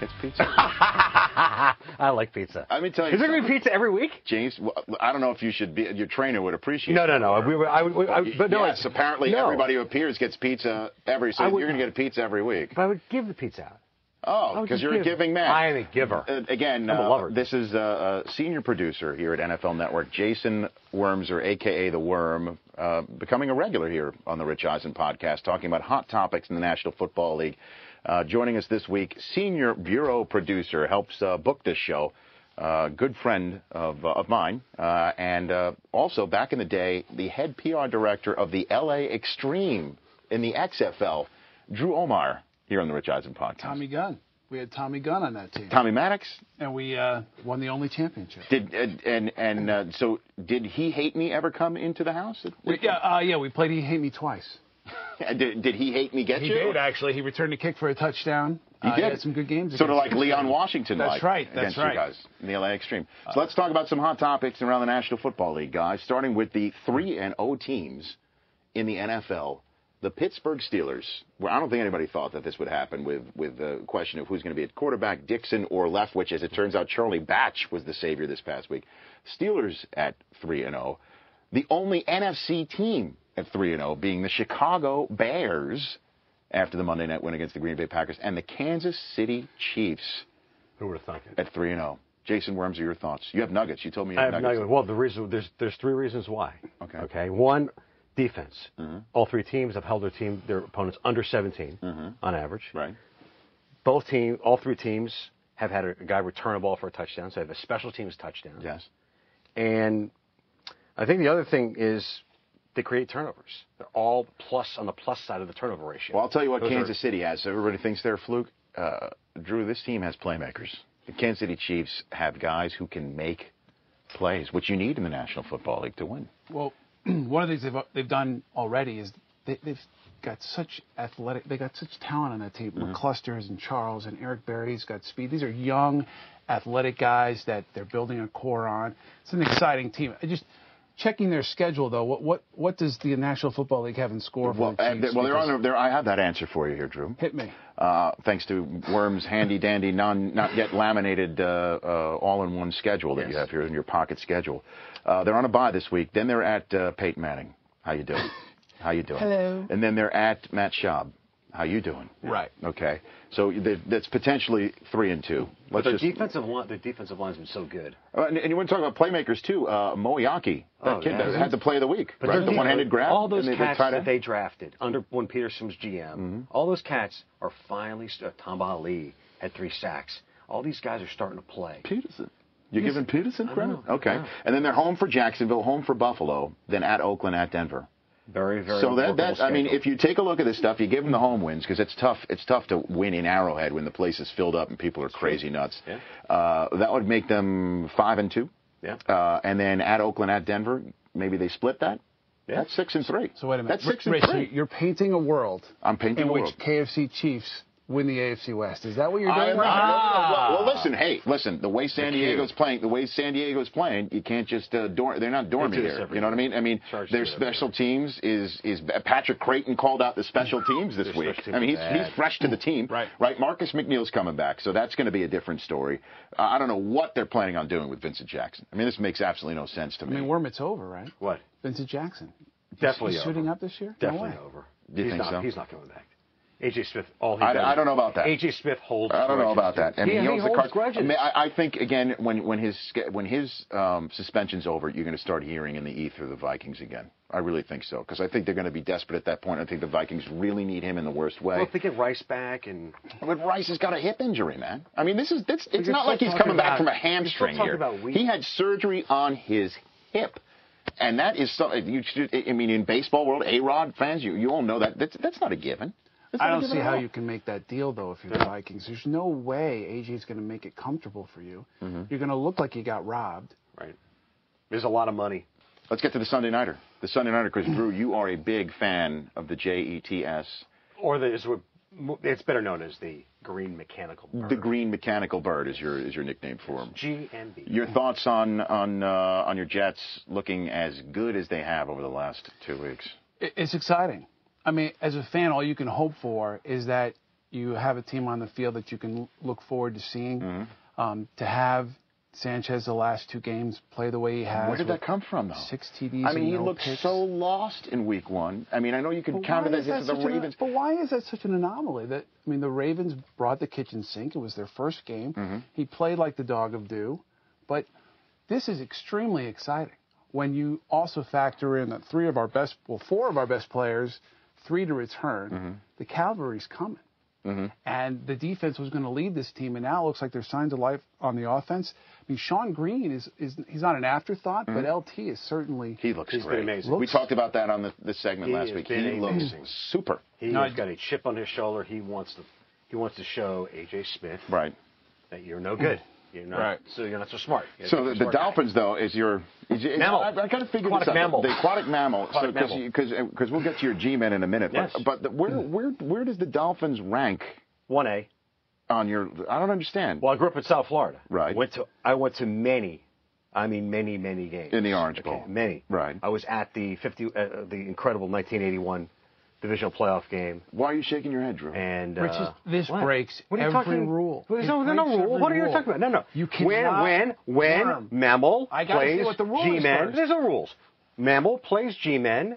Speaker 1: gets pizza.
Speaker 5: I like pizza.
Speaker 1: Let me tell you
Speaker 5: Is there gonna be
Speaker 1: something.
Speaker 5: pizza every week?
Speaker 1: James, well, I don't know if you should be. Your trainer would appreciate.
Speaker 5: No,
Speaker 1: it.
Speaker 5: no, no. We, were- I, would- I, would- but no.
Speaker 1: yes,
Speaker 5: I-
Speaker 1: apparently
Speaker 5: no.
Speaker 1: everybody who appears gets pizza every. So
Speaker 5: I would-
Speaker 1: you're going to get a pizza every week.
Speaker 5: But I would give the pizza out.
Speaker 1: Oh,
Speaker 5: I'm
Speaker 1: because
Speaker 5: just
Speaker 1: you're a
Speaker 5: giving.
Speaker 1: giving man.
Speaker 5: I am a giver.
Speaker 1: Uh, again,
Speaker 5: I'm a
Speaker 1: uh,
Speaker 5: lover.
Speaker 1: this is uh, a senior producer here at NFL Network, Jason Wormser, aka the Worm, uh, becoming a regular here on the Rich Eisen podcast, talking about hot topics in the National Football League. Uh, joining us this week, senior bureau producer, helps uh, book this show. Uh, good friend of uh, of mine, uh, and uh, also back in the day, the head PR director of the LA Extreme in the XFL, Drew Omar, here on the Rich Eisen podcast.
Speaker 6: Tommy Gunn. We had Tommy Gunn on that team,
Speaker 1: Tommy Maddox,
Speaker 6: and we uh, won the only championship.
Speaker 1: Did and and, and uh, so did he hate me ever come into the house?
Speaker 6: We, yeah, uh, yeah, we played. He hate me twice.
Speaker 1: Did, did he hate me get
Speaker 6: He
Speaker 1: you?
Speaker 6: did actually. He returned a kick for a touchdown.
Speaker 1: He
Speaker 6: Uh,
Speaker 1: did.
Speaker 6: had some good games.
Speaker 1: Sort of like
Speaker 6: against us.
Speaker 1: Leon Washington.
Speaker 6: That's
Speaker 1: like,
Speaker 6: right, that's
Speaker 1: against you
Speaker 6: right. Uh,
Speaker 1: guys in the LA Extreme. So let's talk about some hot topics around the National Football League, guys. Starting with the three and O teams in the NFL. The Pittsburgh Steelers. Well, I don't think anybody thought that this would happen with with the question of who's going to be at quarterback, Dixon or Left, which, as it turns out, Charlie Batch was the savior this past week. Steelers at three and zero. The only NFC team at three and zero being the Chicago Bears after the Monday night win against the Green Bay Packers and the Kansas City Chiefs
Speaker 5: Who would have thought it?
Speaker 1: at 3 and 0. Jason Worms, are your thoughts? You have nuggets. You told me you
Speaker 5: I
Speaker 1: have
Speaker 5: have
Speaker 1: nuggets.
Speaker 5: no. Well, the reason there's there's three reasons why.
Speaker 1: Okay. Mm-hmm.
Speaker 5: Okay. One, defense. All three teams have held their team their opponents under 17 on average.
Speaker 1: Mm-hmm. Right.
Speaker 5: Both team, all three teams have had a, a guy return a ball for a touchdown, so they have a special teams touchdown.
Speaker 1: Yes.
Speaker 5: And I think the other thing is they create turnovers. They're all plus on the plus side of the turnover ratio.
Speaker 1: Well, I'll tell you what
Speaker 5: Those
Speaker 1: Kansas
Speaker 5: are-
Speaker 1: City has. So everybody thinks they're a fluke. Uh, Drew, this team has playmakers. The Kansas City Chiefs have guys who can make plays, which you need in the National Football League to win.
Speaker 6: Well, one of the things they've uh, they've done already is they, they've got such athletic, they got such talent on that team.
Speaker 1: Mm-hmm.
Speaker 6: McCluster's and Charles and Eric Berry's got speed. These are young, athletic guys that they're building a core on. It's an exciting team. I just checking their schedule though. What what what does the National Football League have in score for
Speaker 1: Well,
Speaker 6: the
Speaker 1: and
Speaker 6: Chiefs?
Speaker 1: they, well, they're
Speaker 6: Because-
Speaker 1: on. There, I have that answer for you here, Drew.
Speaker 6: Hit me.
Speaker 1: Uh, thanks to Worm's handy dandy, non not yet laminated, uh, uh, all-in-one schedule that you have here in your pocket schedule. Uh, they're on a bye this week. Then they're at uh, Peyton Manning. How you doing? How you doing?
Speaker 6: Hello.
Speaker 1: And then they're at Matt Schaub. How you doing?
Speaker 6: Right.
Speaker 1: Okay. So th- that's potentially three and two. Let's
Speaker 5: Their
Speaker 1: just.
Speaker 5: defensive line, their defensive line's been so good.
Speaker 1: Uh, and, and you want to talk about playmakers too? Uh, Moyaki, that
Speaker 5: Oh,
Speaker 1: kid
Speaker 5: yeah.
Speaker 1: that had the play of the week, right? The
Speaker 5: their defense-
Speaker 1: one-handed grab.
Speaker 5: All those
Speaker 1: and they- they
Speaker 5: cats
Speaker 1: tied
Speaker 5: that
Speaker 1: it.
Speaker 5: they drafted under when Peterson's GM,
Speaker 1: Mm-hmm.
Speaker 5: all those cats are finally. St- Tom Ali had three sacks. All these guys are starting to play.
Speaker 1: Peterson. You're giving Peterson credit?
Speaker 5: know, I
Speaker 1: Okay.
Speaker 5: know.
Speaker 1: And then they're home for Jacksonville, home for Buffalo, then at Oakland, at Denver.
Speaker 5: Very, very.
Speaker 1: So that,
Speaker 5: workable
Speaker 1: that I mean,
Speaker 5: schedule.
Speaker 1: if you take a look at this stuff, you give them the home wins because it's tough. It's tough to win in Arrowhead when the place is filled up and people are crazy nuts.
Speaker 5: Yeah.
Speaker 1: Uh, that would make them five and two.
Speaker 5: Yeah.
Speaker 1: Uh, and then at Oakland, at Denver, maybe they split that.
Speaker 5: Yeah.
Speaker 1: That's six and three.
Speaker 6: So wait a minute.
Speaker 1: That's six
Speaker 6: Rich,
Speaker 1: and three.
Speaker 6: you- you're painting a world.
Speaker 1: I'm painting
Speaker 6: in
Speaker 1: a
Speaker 6: which
Speaker 1: world.
Speaker 6: KFC Chiefs win the AFC West. Is that what you're doing?
Speaker 1: I-
Speaker 6: right now?
Speaker 1: I-
Speaker 5: Ah.
Speaker 1: well, well, listen, hey, listen. The way San Diego's playing, the way San Diego's playing, you can't just uh, dorm. They're not dorming
Speaker 5: do this
Speaker 1: here.
Speaker 5: every
Speaker 1: You know what I mean? I mean,
Speaker 5: Charge
Speaker 1: their
Speaker 5: to it every
Speaker 1: special teams is is Patrick Creighton called out the special teams this
Speaker 5: Their
Speaker 1: week.
Speaker 5: special teams
Speaker 1: I mean, he's
Speaker 5: are bad.
Speaker 1: he's fresh to the team,
Speaker 6: Right.
Speaker 1: Right. Marcus McNeil's coming back, so that's going to be a different story. Uh, I don't know what they're planning on doing with Vincent Jackson. I mean, this makes absolutely no sense to
Speaker 6: I
Speaker 1: me.
Speaker 6: mean, Worm, it's over, right?
Speaker 5: what?
Speaker 6: Vincent Jackson. He's-
Speaker 5: Definitely
Speaker 6: he's shooting
Speaker 5: over.
Speaker 6: up this year.
Speaker 5: Definitely
Speaker 6: no way.
Speaker 5: over.
Speaker 1: Do you
Speaker 5: he's
Speaker 1: think
Speaker 5: not,
Speaker 1: so?
Speaker 5: He's not coming back. AJ Smith, all he
Speaker 1: I-
Speaker 5: does-
Speaker 1: I don't know about that.
Speaker 5: AJ Smith holds.
Speaker 1: I don't know about
Speaker 5: grudges,
Speaker 1: that.
Speaker 5: dude.
Speaker 1: I mean,
Speaker 5: Yeah,
Speaker 1: he,
Speaker 5: he
Speaker 1: owns the
Speaker 5: holds
Speaker 1: car.
Speaker 5: grudges.
Speaker 1: I, mean, I, I think again, when when his sca- when his um, suspension's over, you're going to start hearing in the ether the Vikings again. I really think so because I think they're going to be desperate at that point. I think the Vikings really need him in the worst way.
Speaker 5: well, if they get Rice back and
Speaker 1: but Rice has got a hip injury, man. I mean, this is it's, it's
Speaker 5: you're
Speaker 1: not
Speaker 5: still
Speaker 1: like he's
Speaker 5: talking
Speaker 1: coming back
Speaker 5: about-
Speaker 1: from a
Speaker 5: you're still
Speaker 1: hamstring
Speaker 5: talking
Speaker 1: here.
Speaker 5: about weak-
Speaker 1: He had surgery on his hip. And that is something you should, I mean, in baseball world, A Rod fans, you, you all know that. That's, that's not a given. That's
Speaker 6: I
Speaker 1: not a
Speaker 6: don't
Speaker 1: given
Speaker 6: see
Speaker 1: at
Speaker 6: how
Speaker 1: all.
Speaker 6: you can make that deal though if you're the Vikings. There's no way AJ's going to make it comfortable for you.
Speaker 1: Mm-hmm.
Speaker 6: You're going to look like you got robbed.
Speaker 5: right. There's a lot of money.
Speaker 1: Let's get to the Sunday Nighter. The Sunday Nighter, because Drew, you are a big fan of the E JETS,
Speaker 5: or the, is what it's better known as the green mechanical bird.
Speaker 1: the Green Mechanical Bird is your is your nickname for him.
Speaker 5: GMB.
Speaker 1: Your thoughts on on uh, on your Jets looking as good as they have over the last two weeks?
Speaker 6: It- It's exciting. I mean, as a fan, all you can hope for is that
Speaker 1: Mm-hmm.
Speaker 6: you have a team on the field that you can look forward to seeing. Um, to have Sanchez the last two games play the way he has.
Speaker 1: Where did
Speaker 6: with
Speaker 1: that come from, though?
Speaker 6: Six TDs.
Speaker 1: I mean,
Speaker 6: and
Speaker 1: he
Speaker 6: no
Speaker 1: looked
Speaker 6: picks.
Speaker 1: so lost in Week One. I mean, I know you could
Speaker 6: But
Speaker 1: counter that
Speaker 6: why is that
Speaker 1: against the
Speaker 6: such an-
Speaker 1: Ravens.
Speaker 6: but why is that such an anomaly? That I mean, the Ravens brought the kitchen sink. It was their first game.
Speaker 1: Mm-hmm.
Speaker 6: He played like the dog of due, but this is extremely exciting when you also factor in that three of our best, well, four of our best players, three to return.
Speaker 1: Mm-hmm.
Speaker 6: The cavalry's coming, and the defense was going to lead this team, and now it looks like there's signs of life on the offense. I mean, Sean Green is, is he's not an afterthought,
Speaker 1: Mm-hmm.
Speaker 6: but LT is certainly
Speaker 1: he looks
Speaker 5: He's been
Speaker 1: great.
Speaker 5: amazing.
Speaker 1: We
Speaker 5: Looks-
Speaker 1: talked about that on the, this segment
Speaker 5: He
Speaker 1: last
Speaker 5: has
Speaker 1: week.
Speaker 5: been
Speaker 1: He looks
Speaker 5: amazing.
Speaker 1: super.
Speaker 5: He's
Speaker 6: No, I-
Speaker 5: got a chip on his shoulder. He wants to, he wants to show AJ Smith
Speaker 1: Right.
Speaker 5: that you're no good. You're not,
Speaker 6: Right.
Speaker 5: So you're not so smart. You're
Speaker 1: So
Speaker 5: not
Speaker 1: the,
Speaker 5: a
Speaker 1: the
Speaker 5: smart guy.
Speaker 1: dolphins, though, is your is, is-
Speaker 5: Mammal.
Speaker 1: I, I kind of figured
Speaker 5: Aquatic
Speaker 1: this out.
Speaker 5: mammal.
Speaker 1: The aquatic mammal.
Speaker 5: Aquatic mammal.
Speaker 1: Because because we'll get to your G-men in a minute.
Speaker 5: Yes.
Speaker 1: But, but the, where where where does the dolphins rank
Speaker 5: one A.
Speaker 1: on your? I don't understand.
Speaker 5: Well, I grew up in South Florida.
Speaker 1: Right.
Speaker 5: Went to I went to many, I mean many many games
Speaker 1: In the Orange
Speaker 5: Okay,
Speaker 1: Bowl.
Speaker 5: Many.
Speaker 1: Right.
Speaker 5: I was at the fifty uh, uh, the incredible 1981 divisional playoff game
Speaker 1: Why are you shaking your head, Drew?
Speaker 5: and.
Speaker 6: Rich,
Speaker 5: uh,
Speaker 6: this
Speaker 5: what?
Speaker 6: breaks
Speaker 5: What are you
Speaker 6: every
Speaker 5: talking-
Speaker 6: rule.
Speaker 5: There's
Speaker 6: It
Speaker 5: no, there's no
Speaker 6: breaks
Speaker 5: rule.
Speaker 6: every
Speaker 5: What are you
Speaker 6: rule.
Speaker 5: talking about? No, no.
Speaker 6: You
Speaker 5: when
Speaker 6: cannot
Speaker 5: when when
Speaker 6: harm.
Speaker 5: mammal
Speaker 6: I gotta see
Speaker 5: plays
Speaker 6: what the rule is
Speaker 5: G-men.
Speaker 6: first.
Speaker 5: There's no rules. Mammal plays G-men.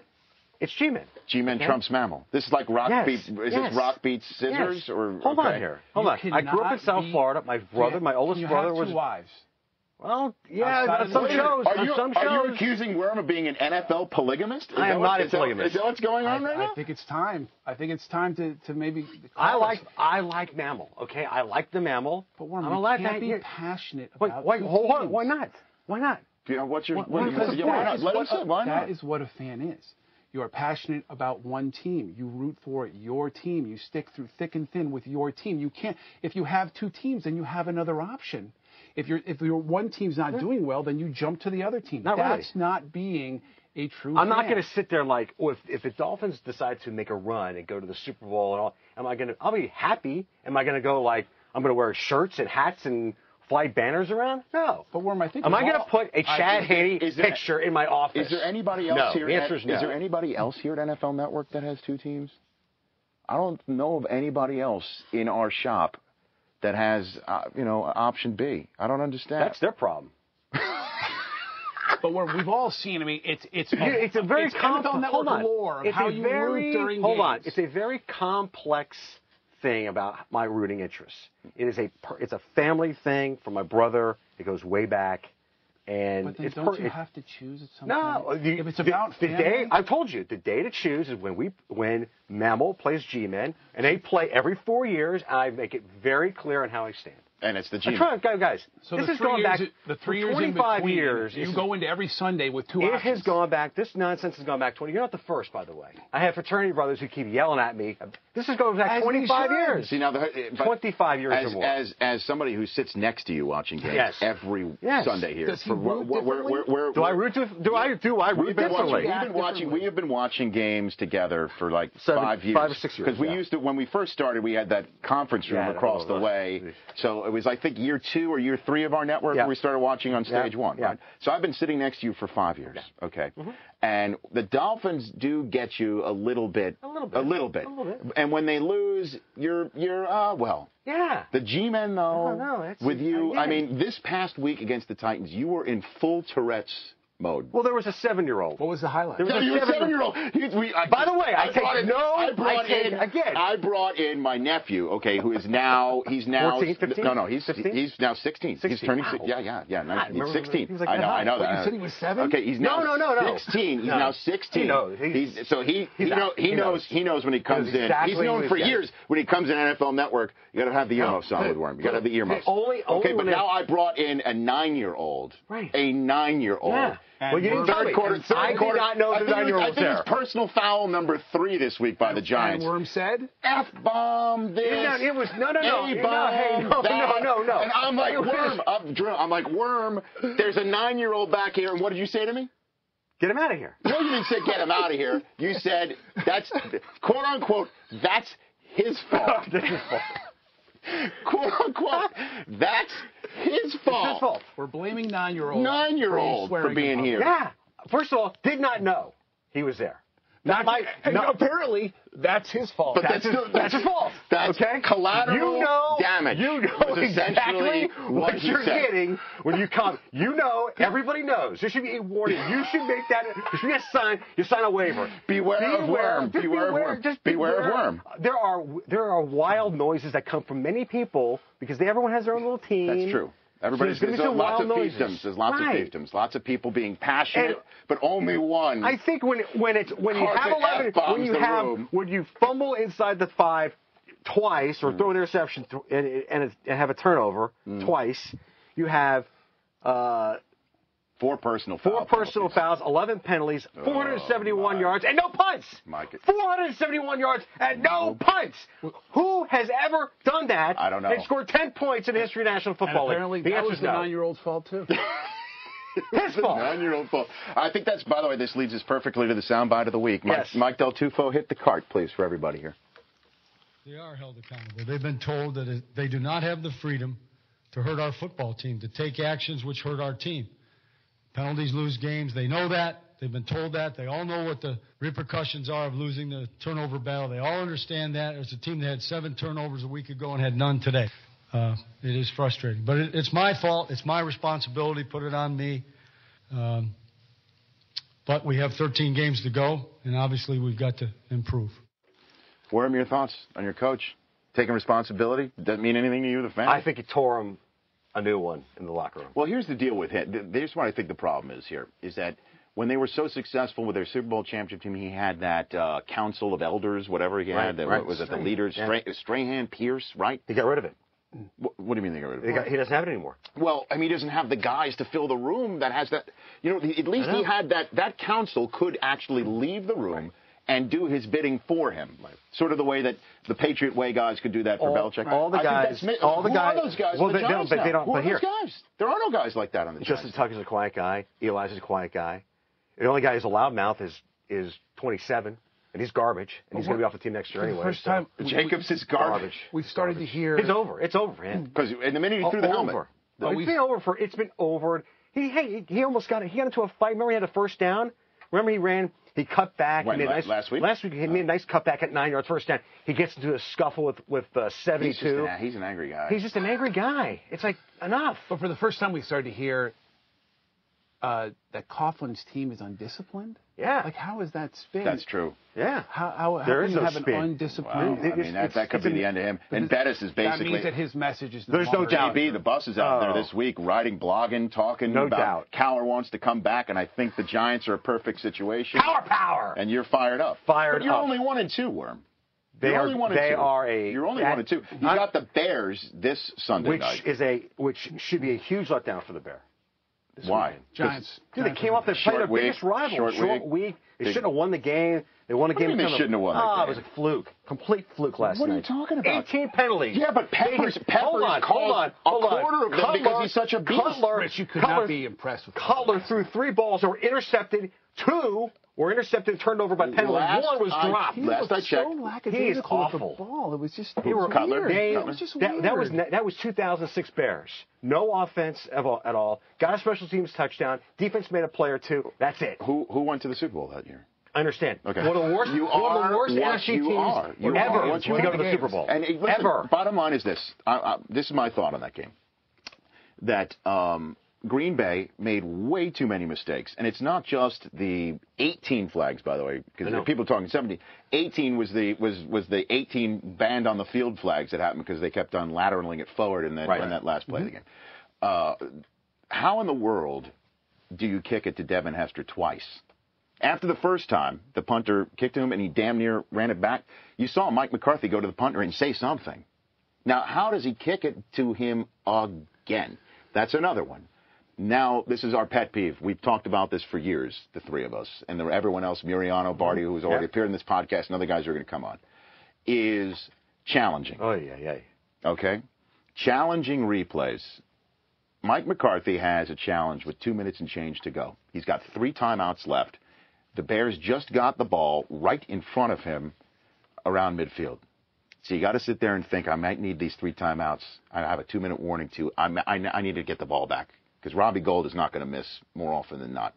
Speaker 5: It's G-men.
Speaker 1: G-men
Speaker 5: Okay.
Speaker 1: trumps mammal. This is like rock
Speaker 5: Yes,
Speaker 1: beat. Is
Speaker 5: yes.
Speaker 1: this rock beat scissors
Speaker 5: Yes.
Speaker 1: or?
Speaker 5: Hold
Speaker 1: okay.
Speaker 5: on here. Hold
Speaker 6: You
Speaker 5: on. I grew up in
Speaker 6: cannot
Speaker 5: South
Speaker 6: be-
Speaker 5: Florida. My brother,
Speaker 6: Can-
Speaker 5: my oldest
Speaker 6: can you
Speaker 5: brother,
Speaker 6: have
Speaker 5: was
Speaker 6: two wives.
Speaker 5: well, yeah,
Speaker 6: Outside
Speaker 5: on
Speaker 6: of the
Speaker 5: some
Speaker 6: league.
Speaker 5: shows.
Speaker 1: Are
Speaker 5: on
Speaker 1: you,
Speaker 5: some
Speaker 1: are you
Speaker 5: shows.
Speaker 1: accusing Worm of being an NFL polygamist? Is
Speaker 5: I
Speaker 1: that
Speaker 5: am
Speaker 1: what-
Speaker 5: not a
Speaker 1: is that-
Speaker 5: polygamist.
Speaker 1: Is that what's going on right
Speaker 6: I
Speaker 1: now?
Speaker 6: think it's time. I think it's time to, to maybe.
Speaker 5: I like I like mammal. Okay, I like the mammal.
Speaker 6: But Warren,
Speaker 5: I'm
Speaker 6: you
Speaker 5: allowed
Speaker 6: can't
Speaker 5: that.
Speaker 6: be
Speaker 5: yeah.
Speaker 6: passionate
Speaker 5: Wait,
Speaker 6: about
Speaker 5: wait,
Speaker 6: two
Speaker 5: hold on.
Speaker 6: teams.
Speaker 5: Why not? Why not?
Speaker 1: You know, what's your?
Speaker 5: What-
Speaker 1: what-
Speaker 5: what- uh,
Speaker 1: yeah,
Speaker 5: what's the
Speaker 1: why
Speaker 5: point?
Speaker 1: not? Let him say. Why not?
Speaker 6: That is what a fan is. You are passionate about one team. You root for your team. You stick through thick and thin with your team. You can't. If you have two teams, then you have another option. If your if your one team's not doing well, then you jump to the other team.
Speaker 5: Hmm. Not really.
Speaker 6: That's not being a true.
Speaker 5: I'm not
Speaker 6: fan.
Speaker 5: going to sit there like, oh, if if the Dolphins decide to make a run and go to the Super Bowl and all, am I going to? I'll be happy. Am I going to go like I'm going to wear shirts and hats and fly banners around? No.
Speaker 6: But Worm, I think
Speaker 5: am
Speaker 6: we're
Speaker 5: I going to
Speaker 6: all-
Speaker 5: put a
Speaker 1: I-
Speaker 5: Chad
Speaker 1: is there-
Speaker 5: Haney
Speaker 1: is there-
Speaker 5: picture in my office?
Speaker 1: Is there anybody else
Speaker 5: No,
Speaker 1: here?
Speaker 5: the answer is no.
Speaker 1: Is there anybody else here at NFL Network that has two teams? I don't know of anybody else in our shop that has, uh, you know, option B. I don't understand.
Speaker 5: That's their problem.
Speaker 6: But we're, we've all seen. I mean, it's it's
Speaker 5: Yeah, it's a very
Speaker 6: it's
Speaker 5: complex.
Speaker 6: NFL Network
Speaker 5: Hold on.
Speaker 6: lore of
Speaker 5: it's
Speaker 6: how
Speaker 5: a
Speaker 6: you
Speaker 5: very,
Speaker 6: root during
Speaker 5: hold on.
Speaker 6: games.
Speaker 5: It's a very complex thing about my rooting interests. It is a per, it's a family thing from my brother. It goes way back, and
Speaker 6: But then
Speaker 5: it's per,
Speaker 6: don't you
Speaker 5: it-
Speaker 6: have to choose at some
Speaker 5: no. uh,
Speaker 6: point?
Speaker 5: the-
Speaker 6: if it's
Speaker 5: the-
Speaker 6: about
Speaker 5: the,
Speaker 6: family,
Speaker 5: day I've told you the day to choose is when we when Mammal plays G-Men, and they play every four years. And I make it very clear on how I stand.
Speaker 1: and it's the
Speaker 5: I'm
Speaker 1: G.
Speaker 5: trying, guys, guys.
Speaker 6: so
Speaker 5: this
Speaker 6: the
Speaker 5: is
Speaker 6: three
Speaker 5: going
Speaker 6: years,
Speaker 5: back
Speaker 6: the three
Speaker 5: for
Speaker 6: years in
Speaker 5: 25
Speaker 6: between,
Speaker 5: years.
Speaker 6: You
Speaker 5: is-
Speaker 6: go into every Sunday with two
Speaker 5: it
Speaker 6: options.
Speaker 5: has gone back. This nonsense has gone back 20. You're not the first, by the way. I have fraternity brothers who keep yelling at me. This is going back
Speaker 6: As they
Speaker 5: 25
Speaker 6: should.
Speaker 5: years.
Speaker 1: See now, the, uh, but
Speaker 5: 25 years
Speaker 1: as,
Speaker 5: or more.
Speaker 1: As as somebody who sits next to you watching games
Speaker 5: Yes.
Speaker 1: every
Speaker 5: Yes.
Speaker 1: Sunday here,
Speaker 6: Does he
Speaker 1: where-
Speaker 6: root
Speaker 1: where- where-
Speaker 6: differently?
Speaker 1: where-
Speaker 5: do I root? To, do I? Do I root
Speaker 1: We've been watching.
Speaker 5: differently?
Speaker 1: We've been watching. We have been watching games together for like
Speaker 5: Seven-
Speaker 1: five years,
Speaker 5: five or six years,
Speaker 1: Because we
Speaker 5: yeah.
Speaker 1: used to when we first started, we had that conference room
Speaker 5: Yeah,
Speaker 1: across the
Speaker 5: oh,
Speaker 1: way.
Speaker 5: right.
Speaker 1: So it was I think year two or year three of our network
Speaker 5: Yeah.
Speaker 1: where we started watching on stage
Speaker 5: Yeah,
Speaker 1: one.
Speaker 5: yeah.
Speaker 1: Right? So I've been sitting next to you for five years. Okay,
Speaker 5: Mm-hmm.
Speaker 1: and the Dolphins do get you a little bit, a
Speaker 5: little bit.
Speaker 1: a little bit.
Speaker 5: A little bit.
Speaker 1: And when they lose, you're you're uh well.
Speaker 5: Yeah.
Speaker 1: The G-men though,
Speaker 5: don't know, it's-
Speaker 1: with you,
Speaker 5: Oh, again.
Speaker 1: I mean, this past week against the Titans, you were in full Tourette's mode.
Speaker 5: Well, there was a seven-year-old.
Speaker 6: What was the highlight?
Speaker 5: There was
Speaker 1: No,
Speaker 5: a
Speaker 1: you're a
Speaker 5: seven-
Speaker 1: seven-year-old. You- we- I-
Speaker 5: By the way, I take
Speaker 1: brought in-
Speaker 5: no-
Speaker 1: I brought
Speaker 5: I take-
Speaker 1: in
Speaker 5: again.
Speaker 1: I brought in my nephew. Okay, who is now he's now
Speaker 5: 14, 15?
Speaker 1: no no he's
Speaker 5: 15?
Speaker 1: he's now 16. He's
Speaker 5: 16,
Speaker 1: turning
Speaker 5: wow.
Speaker 1: si- yeah yeah yeah
Speaker 5: I
Speaker 1: nineteen-
Speaker 5: remember-
Speaker 1: 16.
Speaker 5: he was like
Speaker 1: I
Speaker 5: that
Speaker 1: know I
Speaker 5: high.
Speaker 1: know
Speaker 5: But
Speaker 1: that.
Speaker 6: you said he was seven?
Speaker 1: Okay, he's
Speaker 5: No,
Speaker 1: now
Speaker 5: no, no, no.
Speaker 1: 16. He's
Speaker 5: No.
Speaker 1: now 16.
Speaker 5: He knows. He's-
Speaker 1: He's- so he he,
Speaker 5: he's
Speaker 1: know,
Speaker 5: out.
Speaker 1: he
Speaker 5: He
Speaker 1: knows
Speaker 5: knows.
Speaker 1: he knows when he comes in. He's
Speaker 5: exactly
Speaker 1: known
Speaker 5: who
Speaker 1: for
Speaker 5: he's-
Speaker 1: years when he comes in NFL Network. You got to have the earmuffs on with Worm. You got to have the earmuffs.
Speaker 5: only- only
Speaker 1: okay, but
Speaker 5: when
Speaker 1: now I
Speaker 5: they-
Speaker 1: brought in a nine-year-old.
Speaker 5: Right.
Speaker 1: A nine-year-old.
Speaker 5: Yeah.
Speaker 6: And
Speaker 5: well, you didn't
Speaker 6: we're-
Speaker 5: tell
Speaker 1: Oh. Third
Speaker 5: me.
Speaker 1: quarter, third
Speaker 5: I
Speaker 1: quarter.
Speaker 5: did not know
Speaker 1: I
Speaker 5: the
Speaker 1: think it was-
Speaker 5: nine-year-old
Speaker 1: I
Speaker 5: was
Speaker 1: think
Speaker 5: there.
Speaker 1: it's personal foul number three this week by the Giants.
Speaker 6: And Worm said.
Speaker 1: F bomb this.
Speaker 5: No, it was- no, no, no.
Speaker 1: A-bomb
Speaker 5: No, hey, no,
Speaker 1: that.
Speaker 5: no, no, no.
Speaker 1: And I'm like
Speaker 5: It was-
Speaker 1: worm. I'm, dr- I'm like worm. There's a nine year old back here, and what did you say to me?
Speaker 5: Get him out of here.
Speaker 1: No, you didn't say get him out of here. You said that's quote unquote that's his fault.
Speaker 5: This is false.
Speaker 1: quote unquote that's his fault.
Speaker 5: This is false.
Speaker 6: We're blaming nine-year-old.
Speaker 1: Nine year old for being here.
Speaker 5: Yeah. First of all, did not know he was there. Not,
Speaker 7: my-
Speaker 5: not-
Speaker 7: apparently that's his fault.
Speaker 1: But
Speaker 5: that's,
Speaker 1: that's
Speaker 5: his,
Speaker 1: still-
Speaker 5: that's his fault.
Speaker 1: that's
Speaker 5: okay?
Speaker 1: collateral
Speaker 5: you know,
Speaker 1: damage
Speaker 5: You know
Speaker 1: was essentially
Speaker 5: exactly
Speaker 1: what
Speaker 5: what,
Speaker 1: he
Speaker 5: you're
Speaker 1: said.
Speaker 5: getting when you come. You know, everybody knows. There should be a warning. You should make that. You should get a sign. You sign a waiver.
Speaker 1: Beware of worm.
Speaker 5: just
Speaker 1: Beware of worm.
Speaker 5: Just
Speaker 1: Beware of worm.
Speaker 5: There are there are wild noises that come from many people because they, everyone has their own little team.
Speaker 1: That's true. Everybody's
Speaker 5: so there's
Speaker 1: there's
Speaker 5: gonna be some
Speaker 1: lots
Speaker 5: wild
Speaker 1: of
Speaker 5: noises.
Speaker 1: fiefdoms. There's lots
Speaker 5: Right.
Speaker 1: of fiefdoms. Lots of people being passionate,
Speaker 5: And-
Speaker 1: but only one.
Speaker 5: I think when it- when it's when you have
Speaker 1: Carpet
Speaker 5: eleven,
Speaker 1: F-bombs
Speaker 5: when you
Speaker 1: the
Speaker 5: have
Speaker 1: room.
Speaker 5: when you fumble inside the five twice or throw
Speaker 1: Mm.
Speaker 5: an interception th- and and, it's- and have a turnover twice, you have uh,
Speaker 1: four personal
Speaker 5: four
Speaker 1: foul
Speaker 5: personal
Speaker 1: penalties. Oh
Speaker 5: fouls, eleven penalties, 471
Speaker 1: my.
Speaker 5: yards, and no punts.
Speaker 1: My g-
Speaker 5: 471 yards and no punts. Who has ever done that?
Speaker 1: I don't know.
Speaker 5: And scored 10 points in the history of National
Speaker 6: And
Speaker 5: Football
Speaker 6: apparently
Speaker 5: League. The
Speaker 6: that
Speaker 5: answer
Speaker 6: was
Speaker 5: is
Speaker 6: the
Speaker 5: no.
Speaker 6: nine-year-old's fault too.
Speaker 5: His fault.
Speaker 1: Nine-year-old fault. I think that's, by the way, this leads us perfectly to the soundbite of the week. Mike,
Speaker 5: Yes.
Speaker 1: Mike Del Tufo, hit the cart, please, for everybody here.
Speaker 8: They are held accountable. They've been told that it- they do not have the freedom to hurt our football team, to take actions which hurt our team. Penalties lose games. They know that. They've been told that. They all know what the repercussions are of losing the turnover battle. They all understand that. It's a team that had seven turnovers a week ago and had none today. Uh, it is frustrating, but it, it's my fault. It's my responsibility. Put it on me. Um, but we have 13 games to go, and obviously we've got to improve.
Speaker 1: Worm, your thoughts on your coach taking responsibility? Doesn't mean anything to you, the fan?
Speaker 5: I think he tore him a new one in the locker room.
Speaker 1: Well, here's the deal with him. Th- Here's what I think the problem is here is that when they were so successful with their Super Bowl championship team, he had that uh, council of elders, whatever he
Speaker 5: Right,
Speaker 1: had. That,
Speaker 5: right.
Speaker 1: What was it? The leaders, Stra- Strahan, Pierce, right?
Speaker 5: He got rid of it.
Speaker 1: What, what do you mean they got rid of
Speaker 5: He,
Speaker 1: him?
Speaker 5: got, he doesn't have it anymore.
Speaker 1: Well, I mean, he doesn't have the guys to fill the room that has that. You know, at least he had that. That council could actually leave the room and do his bidding for him, sort of the way that the Patriot Way guys could do that for
Speaker 5: All-
Speaker 1: Belichick.
Speaker 5: all the
Speaker 1: I think
Speaker 5: guys-
Speaker 1: that's mi-
Speaker 5: all the
Speaker 1: who
Speaker 5: guys-
Speaker 1: Are those guys?
Speaker 5: well,
Speaker 1: on the
Speaker 5: they- they don't-
Speaker 1: Giants
Speaker 5: but they
Speaker 1: now?
Speaker 5: don't-
Speaker 1: Who
Speaker 5: but
Speaker 1: are
Speaker 5: here-
Speaker 1: those guys? There are no guys like that on the Giants.
Speaker 5: Justin Tucker's a quiet guy. Elijah's a quiet guy. The only guy who's a loudmouth is is 27, and he's garbage, and he's going to be off the team next year
Speaker 6: For the
Speaker 5: anyway.
Speaker 6: first
Speaker 5: so-
Speaker 6: time, we-
Speaker 1: Jacobs is garbage.
Speaker 6: We've started to hear. Hmm.
Speaker 5: It's over. It's over for him.
Speaker 1: Because in the minute he threw the
Speaker 5: over.
Speaker 1: helmet,
Speaker 5: Oh, it's been over for. It's been over. He hey, he he almost got he got into a fight. Remember he had a first down. Remember he ran. He cut back.
Speaker 1: When,
Speaker 5: he made a
Speaker 1: la-
Speaker 5: nice,
Speaker 1: last week? Uh.
Speaker 5: Last week he made a nice cut back at nine yards first down. He gets into a scuffle with with uh,
Speaker 1: he's, just an,
Speaker 5: 72.
Speaker 1: he's an angry guy.
Speaker 5: He's just an angry guy. It's like enough.
Speaker 6: But for the first time, we started to hear uh, that Coughlin's team is undisciplined.
Speaker 5: Yeah.
Speaker 6: Like, how is that spin?
Speaker 1: That's true.
Speaker 5: Yeah.
Speaker 6: How, how, how
Speaker 5: There
Speaker 6: can
Speaker 5: is
Speaker 6: you
Speaker 5: no
Speaker 6: have
Speaker 5: spin.
Speaker 6: an
Speaker 1: Wow.
Speaker 6: undisciplined?
Speaker 1: I mean, that, that could be the end of him. And Bettis is basically.
Speaker 6: That means that his message is.
Speaker 5: There's no
Speaker 6: longer-
Speaker 5: doubt.
Speaker 1: JB, the bus is out
Speaker 5: Oh.
Speaker 1: there this week, riding, blogging, talking
Speaker 5: No
Speaker 1: about
Speaker 5: doubt.
Speaker 1: Cowher wants to come back, and I think the Giants are a perfect situation.
Speaker 5: Power, power.
Speaker 1: And you're fired up.
Speaker 5: Fired
Speaker 1: But you're
Speaker 5: up.
Speaker 1: only one and two, Worm.
Speaker 5: They
Speaker 1: you're
Speaker 5: are-
Speaker 1: only one and
Speaker 5: they
Speaker 1: two.
Speaker 5: are a-
Speaker 1: You're only
Speaker 5: that-
Speaker 1: one and two. You
Speaker 5: I-
Speaker 1: got the Bears this Sunday
Speaker 5: which
Speaker 1: night.
Speaker 5: is a which should be a huge letdown for the Bear.
Speaker 1: Why?
Speaker 6: Giants.
Speaker 5: Dude, they
Speaker 6: Giants
Speaker 5: came
Speaker 6: are-
Speaker 5: off their played
Speaker 1: Short
Speaker 5: their
Speaker 1: week.
Speaker 5: biggest rival.
Speaker 1: Short week.
Speaker 5: They
Speaker 1: Big-
Speaker 5: shouldn't have won the game. They won a
Speaker 1: do you
Speaker 5: game.
Speaker 1: mean they
Speaker 5: kind of-
Speaker 1: shouldn't have won the
Speaker 5: Ah,
Speaker 1: game?
Speaker 5: it was a fluke, complete fluke last
Speaker 1: What are
Speaker 5: night.
Speaker 1: you talking about?
Speaker 5: 18 penalties.
Speaker 1: Yeah, but Peppers- Peppers
Speaker 5: hold on,
Speaker 1: caused
Speaker 5: hold on,
Speaker 1: a
Speaker 5: hold on.
Speaker 1: quarter of them
Speaker 5: Cutler-
Speaker 1: because he's such a beast.
Speaker 5: Cutler,
Speaker 6: Rich, you could
Speaker 5: Cutler,
Speaker 6: not be impressed with
Speaker 5: Cutler threw three balls that were intercepted. Two were intercepted and turned over by penalties.
Speaker 1: Last
Speaker 5: One was
Speaker 1: I-
Speaker 5: dropped.
Speaker 6: He
Speaker 1: Last
Speaker 6: looked
Speaker 1: I checked,
Speaker 6: so
Speaker 5: he is
Speaker 6: lackadaisical with the
Speaker 5: awful.
Speaker 6: ball. It was just.
Speaker 5: They were
Speaker 1: Cutler?
Speaker 6: weird.
Speaker 5: They,
Speaker 6: It was just
Speaker 5: that, that was
Speaker 6: weird.
Speaker 5: ne- that was 2006 Bears. No offense at all, at all. Got a special teams touchdown. Defense made a play or two. That's it.
Speaker 1: Who who went to the Super Bowl that year?
Speaker 5: I understand.
Speaker 1: Okay.
Speaker 5: One of the worst,
Speaker 1: You
Speaker 5: one of
Speaker 1: are
Speaker 5: the worst
Speaker 1: what
Speaker 5: NFC
Speaker 1: you
Speaker 5: teams
Speaker 1: are. You
Speaker 5: ever
Speaker 1: are what you
Speaker 5: to go
Speaker 1: are.
Speaker 5: to the Super Bowl.
Speaker 1: And it- listen,
Speaker 5: ever.
Speaker 1: Bottom line is this: I, I, this is my thought on that game. That um, Green Bay made way too many mistakes, and it's not just the 18 flags, by the way, because people are talking 17. 18 was the was was the 18 banned on the field flags that happened because they kept on lateraling it forward in that in that last play of the game. Uh,
Speaker 5: Mm-hmm.
Speaker 1: how in the world do you kick it to Devin Hester twice? After the first time, the punter kicked him and he damn near ran it back. You saw Mike McCarthy go to the punter and say something. Now, how does he kick it to him again? That's another one. Now, this is our pet peeve. We've talked about this for years, the three of us, and there, everyone else, Muriano, Barty, who's already appeared in this podcast, and other guys who are going to come on, is challenging
Speaker 5: Oh yeah, yeah.
Speaker 1: okay? Challenging replays. Mike McCarthy has a challenge with two minutes and change to go. He's got three timeouts left. The Bears just got the ball right in front of him around midfield. So you got to sit there and think, I might need these three timeouts. I have a two minute warning to. I'm, I, I need to get the ball back because Robbie Gold is not going to miss more often than not.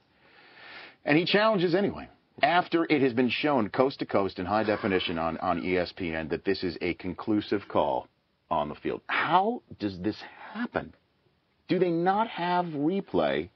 Speaker 1: And he challenges anyway. after it has been shown coast to coast in high definition on, on E ESPN that this is a conclusive call on the field. How does this happen? Do they not have replay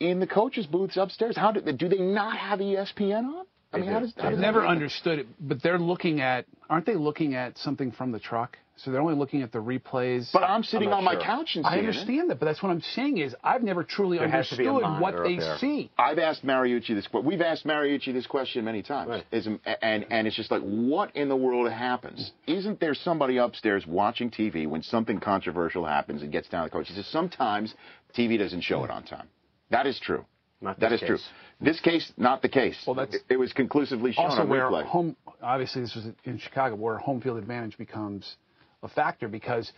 Speaker 1: in the coaches' booths upstairs? How do, do they not have E ESPN on? I mean, how does, how
Speaker 6: I've
Speaker 1: does
Speaker 6: never
Speaker 1: that happen?
Speaker 6: understood it, but they're looking at, aren't they looking at something from the truck? So they're only looking at the replays.
Speaker 1: But I'm sitting
Speaker 5: not
Speaker 1: on
Speaker 5: sure.
Speaker 1: my couch and
Speaker 6: I
Speaker 1: seeing it.
Speaker 6: understand that, but that's what I'm saying is I've never truly
Speaker 5: There has to be
Speaker 6: understood
Speaker 5: a
Speaker 6: what
Speaker 5: monitor
Speaker 6: they
Speaker 5: up there.
Speaker 6: see.
Speaker 1: I've asked Mariucci this. que- We've asked Mariucci this question many times.
Speaker 5: Right.
Speaker 1: Is- and and it's just like, what in the world happens? Isn't there somebody upstairs watching TV when something controversial happens and gets down to the coach? He says sometimes TV doesn't show it on time. That is true.
Speaker 5: Not
Speaker 1: that is
Speaker 5: this
Speaker 1: true.
Speaker 5: case.
Speaker 1: This case, not the case.
Speaker 6: Well, that's-
Speaker 1: it, it was conclusively shown
Speaker 6: also
Speaker 1: on
Speaker 6: where
Speaker 1: replay.
Speaker 6: home obviously this was in Chicago where home field advantage becomes a factor because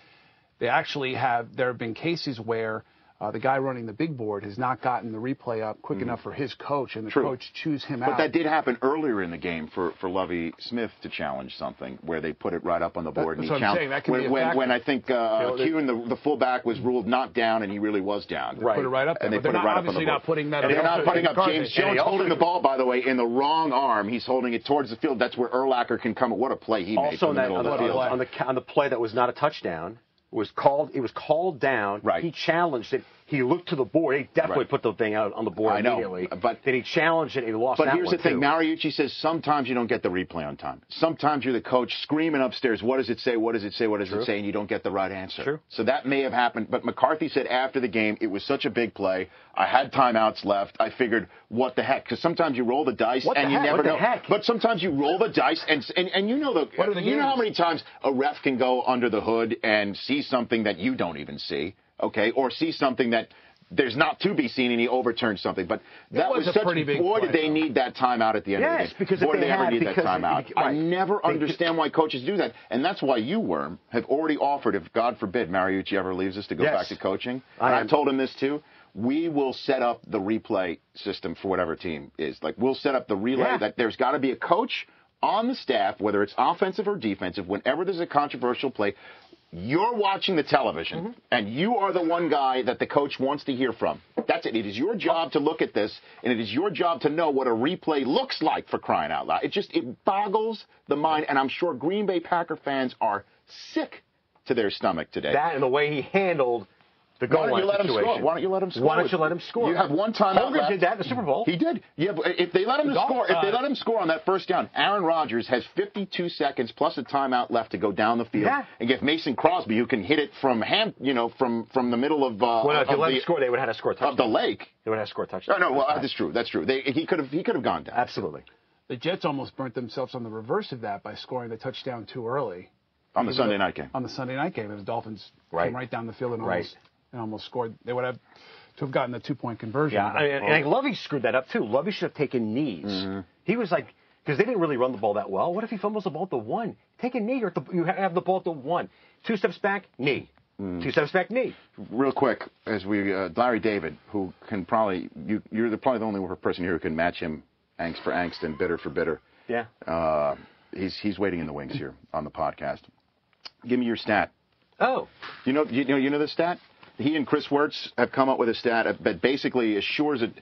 Speaker 6: they actually have there have been cases where uh, the guy running the big board has not gotten the replay up quick
Speaker 5: Mm.
Speaker 6: enough for his coach and the
Speaker 1: True.
Speaker 6: coach chews him
Speaker 1: but
Speaker 6: out.
Speaker 1: that did happen earlier in the game for, for Lovey Smith to challenge something where they put it right up on the board and
Speaker 6: that's
Speaker 1: he
Speaker 6: what I'm
Speaker 1: challenged.
Speaker 6: saying, that could
Speaker 1: when,
Speaker 6: be a
Speaker 1: when,
Speaker 6: factor.
Speaker 1: when I think uh,
Speaker 5: they-
Speaker 1: Kuhn, the, the fullback, was ruled not down and he really was down.
Speaker 5: Right.
Speaker 6: put it right up there.
Speaker 1: and they
Speaker 6: but they're
Speaker 1: put it
Speaker 6: not,
Speaker 1: right up on the
Speaker 6: obviously
Speaker 1: board.
Speaker 6: not putting
Speaker 1: And
Speaker 6: that up.
Speaker 1: they're not putting up James
Speaker 5: And
Speaker 1: Jones
Speaker 5: he also-
Speaker 1: holding the ball, by the way, in the wrong arm. He's holding it towards the field. That's where Erlacher can come. What a play he made from
Speaker 5: also on
Speaker 1: the
Speaker 5: that
Speaker 1: middle
Speaker 5: on
Speaker 1: of
Speaker 5: the,
Speaker 1: the
Speaker 5: on, the,
Speaker 1: field.
Speaker 5: on the on the play that was not a touchdown was called. It was called down.
Speaker 1: Right.
Speaker 5: He challenged it. He looked to the board. He definitely
Speaker 1: Right.
Speaker 5: put the thing out on the board
Speaker 1: I know,
Speaker 5: immediately.
Speaker 1: but-
Speaker 5: then he challenged it. and He lost.
Speaker 1: But
Speaker 5: that
Speaker 1: here's
Speaker 5: one,
Speaker 1: the thing.
Speaker 5: too.
Speaker 1: Mariucci says sometimes you don't get the replay on time. Sometimes you're the coach screaming upstairs, what does it say, what does it say, what does it say, and you don't get the right answer.
Speaker 5: True.
Speaker 1: So that may have happened. But McCarthy said after the game, it was such a big play. I had timeouts left. I figured, what the heck? Because sometimes you roll the dice
Speaker 5: What the
Speaker 1: and you
Speaker 5: heck?
Speaker 1: never
Speaker 5: What the
Speaker 1: know.
Speaker 5: heck?
Speaker 1: But sometimes you roll the dice and and, and you know the,
Speaker 6: are the
Speaker 1: you know
Speaker 6: games?
Speaker 1: how many times a ref can go under the hood and see something that you don't even see, okay, or see something that. There's not to be seen, and he overturns something. But that
Speaker 6: was a
Speaker 1: such.
Speaker 6: pretty big
Speaker 1: boy, did
Speaker 6: play,
Speaker 1: they
Speaker 6: though.
Speaker 1: need that timeout at the end of
Speaker 5: Yes,
Speaker 1: the game.
Speaker 5: because if
Speaker 1: boy, did
Speaker 5: they
Speaker 1: they ever
Speaker 5: had-
Speaker 1: need that
Speaker 5: because-
Speaker 1: timeout.
Speaker 5: right.
Speaker 1: I never
Speaker 5: They-
Speaker 1: understand why coaches do that, and that's why you, Worm, have already offered, if God forbid Mariucci ever leaves us, to go
Speaker 5: Yes.
Speaker 1: back to coaching.
Speaker 5: I
Speaker 1: and
Speaker 5: am-
Speaker 1: I've told him this too. We will set up the replay system for whatever team is. Like we'll set up the relay
Speaker 5: Yeah.
Speaker 1: that there's got to be a coach on the staff, whether it's offensive or defensive. Whenever there's a controversial play, you're watching the television,
Speaker 5: Mm-hmm.
Speaker 1: and you are the one guy that the coach wants to hear from. That's it. It is your job to look at this, and it is your job to know what a replay looks like for crying out loud. It just it boggles the mind, and I'm sure Green Bay Packer fans are sick to their stomach today.
Speaker 5: that and the way he handled the goal
Speaker 1: Why don't
Speaker 5: line
Speaker 1: you let
Speaker 5: situation.
Speaker 1: him score? Why don't you let him score?
Speaker 5: Why don't you let him score?
Speaker 1: You have one time
Speaker 5: Holmgren
Speaker 1: left.
Speaker 5: did that in the Super Bowl.
Speaker 1: He did. Yeah, but if they let him
Speaker 6: Golf
Speaker 1: score, if they
Speaker 6: time.
Speaker 1: let him score on that first down, Aaron Rodgers has 52 seconds plus a timeout left to go down the field
Speaker 5: Yeah.
Speaker 1: and give Mason Crosby, who can hit it from ham, you know, from from the middle of uh,
Speaker 5: Well, no,
Speaker 1: of,
Speaker 5: if you let
Speaker 1: the,
Speaker 5: him score, they would have had to score a touchdown.
Speaker 1: of the lake.
Speaker 5: They would have had to score a touchdown.
Speaker 1: No, no, well, that's true. That's true. They, he could have he could have gone down.
Speaker 5: Absolutely.
Speaker 6: the Jets almost burnt themselves on the reverse of that by scoring the touchdown too early
Speaker 1: on the Sunday night game.
Speaker 5: Um,
Speaker 6: on the Sunday night game. And the Dolphins
Speaker 5: Right.
Speaker 6: came right down the field and
Speaker 5: Right.
Speaker 6: almost and almost scored. They would have to have gotten the two point conversion.
Speaker 5: Yeah, I, and, and Lovey screwed that up too. Lovey should have taken knees.
Speaker 1: Mm-hmm.
Speaker 5: He was like, because they didn't really run the ball that well. What if he fumbles the ball at the one? Take a knee. You're at the, you have the ball at the one. Two steps back, knee.
Speaker 1: Mm.
Speaker 5: Two steps back, knee.
Speaker 1: real quick, as we uh, Larry David, who can probably you you're the, probably the only person here who can match him, angst for angst and bitter for bitter.
Speaker 5: Yeah.
Speaker 1: Uh, he's he's waiting in the wings here on the podcast. Give me your stat.
Speaker 5: Oh,
Speaker 1: You know you know you know the stat. He and Chris Wertz have come up with a stat that basically assures a,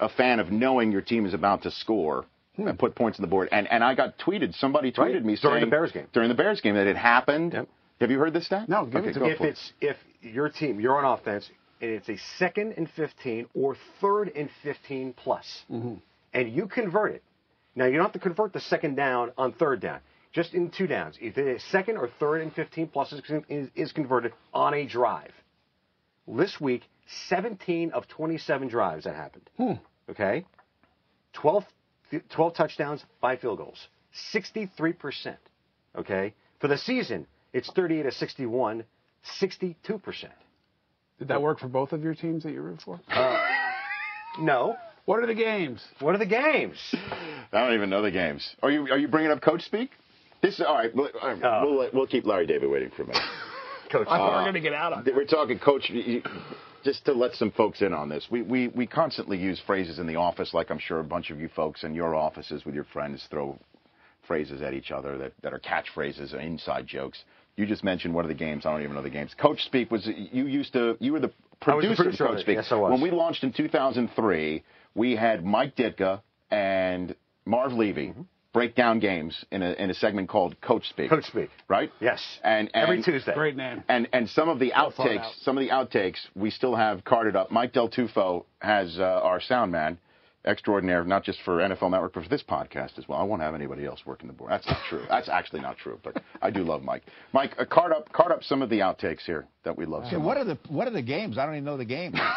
Speaker 1: a fan of knowing your team is about to score and put points on the board. And and I got tweeted. Somebody tweeted
Speaker 5: Hmm. Right.
Speaker 1: me
Speaker 5: During the
Speaker 1: saying-
Speaker 5: Bears game.
Speaker 1: during the Bears game that it happened.
Speaker 5: Yep.
Speaker 1: Have you heard this stat?
Speaker 6: No, give it to
Speaker 1: go
Speaker 5: if
Speaker 1: for it.
Speaker 5: it's if your team, you're on offense, and it's a second and fifteen or third and fifteen plus, and you convert it. Now you don't have to convert the second down on third down. Just in two downs, if a second or third and fifteen plus is, is, is converted on a drive. This week, 17 of 27 drives that happened. Okay, 12, 12 touchdowns, five field goals, 63%. Okay, for the season, it's 38 to 61, 62%.
Speaker 6: Did that work for both of your teams that you root for?
Speaker 5: No,
Speaker 6: What are the games?
Speaker 5: what are the games?
Speaker 1: I don't even know the games. Are you are you bringing up coach speak? This all right. We'll, all right,
Speaker 5: Oh.
Speaker 1: we'll, let- we'll keep Larry David waiting for a minute.
Speaker 5: Coach, uh,
Speaker 6: I thought we were going to get out on
Speaker 1: We're talking coach. you- Just to let some folks in on this, we, we we constantly use phrases in the office, like I'm sure a bunch of you folks in your offices with your friends throw phrases at each other that, that are catchphrases and inside jokes. You just mentioned one of the games. I don't even know the games. Coach Speak was you used to you were the
Speaker 5: I was the
Speaker 1: producer,
Speaker 5: producer
Speaker 1: of
Speaker 5: of
Speaker 1: Coach
Speaker 5: it.
Speaker 1: Speak.
Speaker 5: Yes, I was.
Speaker 1: When we launched in 2003, we had Mike Ditka and Marv Levy
Speaker 5: Mm-hmm.
Speaker 1: break down games in a, in a segment called Coach Speak.
Speaker 5: Coach Speak.
Speaker 1: Right?
Speaker 5: Yes.
Speaker 1: And, and
Speaker 5: Every Tuesday.
Speaker 6: Great name.
Speaker 1: And and some of the
Speaker 6: thought
Speaker 1: outtakes,
Speaker 6: out.
Speaker 1: some of the outtakes we still have carded up. Mike Del Tufo has uh, our sound man extraordinaire, not just for NFL Network, but for this podcast as well. I won't have anybody else working the board. That's not true. That's actually not true, but I do love Mike. Mike, uh, card up card up some of the outtakes here that we love. so
Speaker 9: Okay,
Speaker 1: much.
Speaker 9: what are the what are the games? I don't even know the games.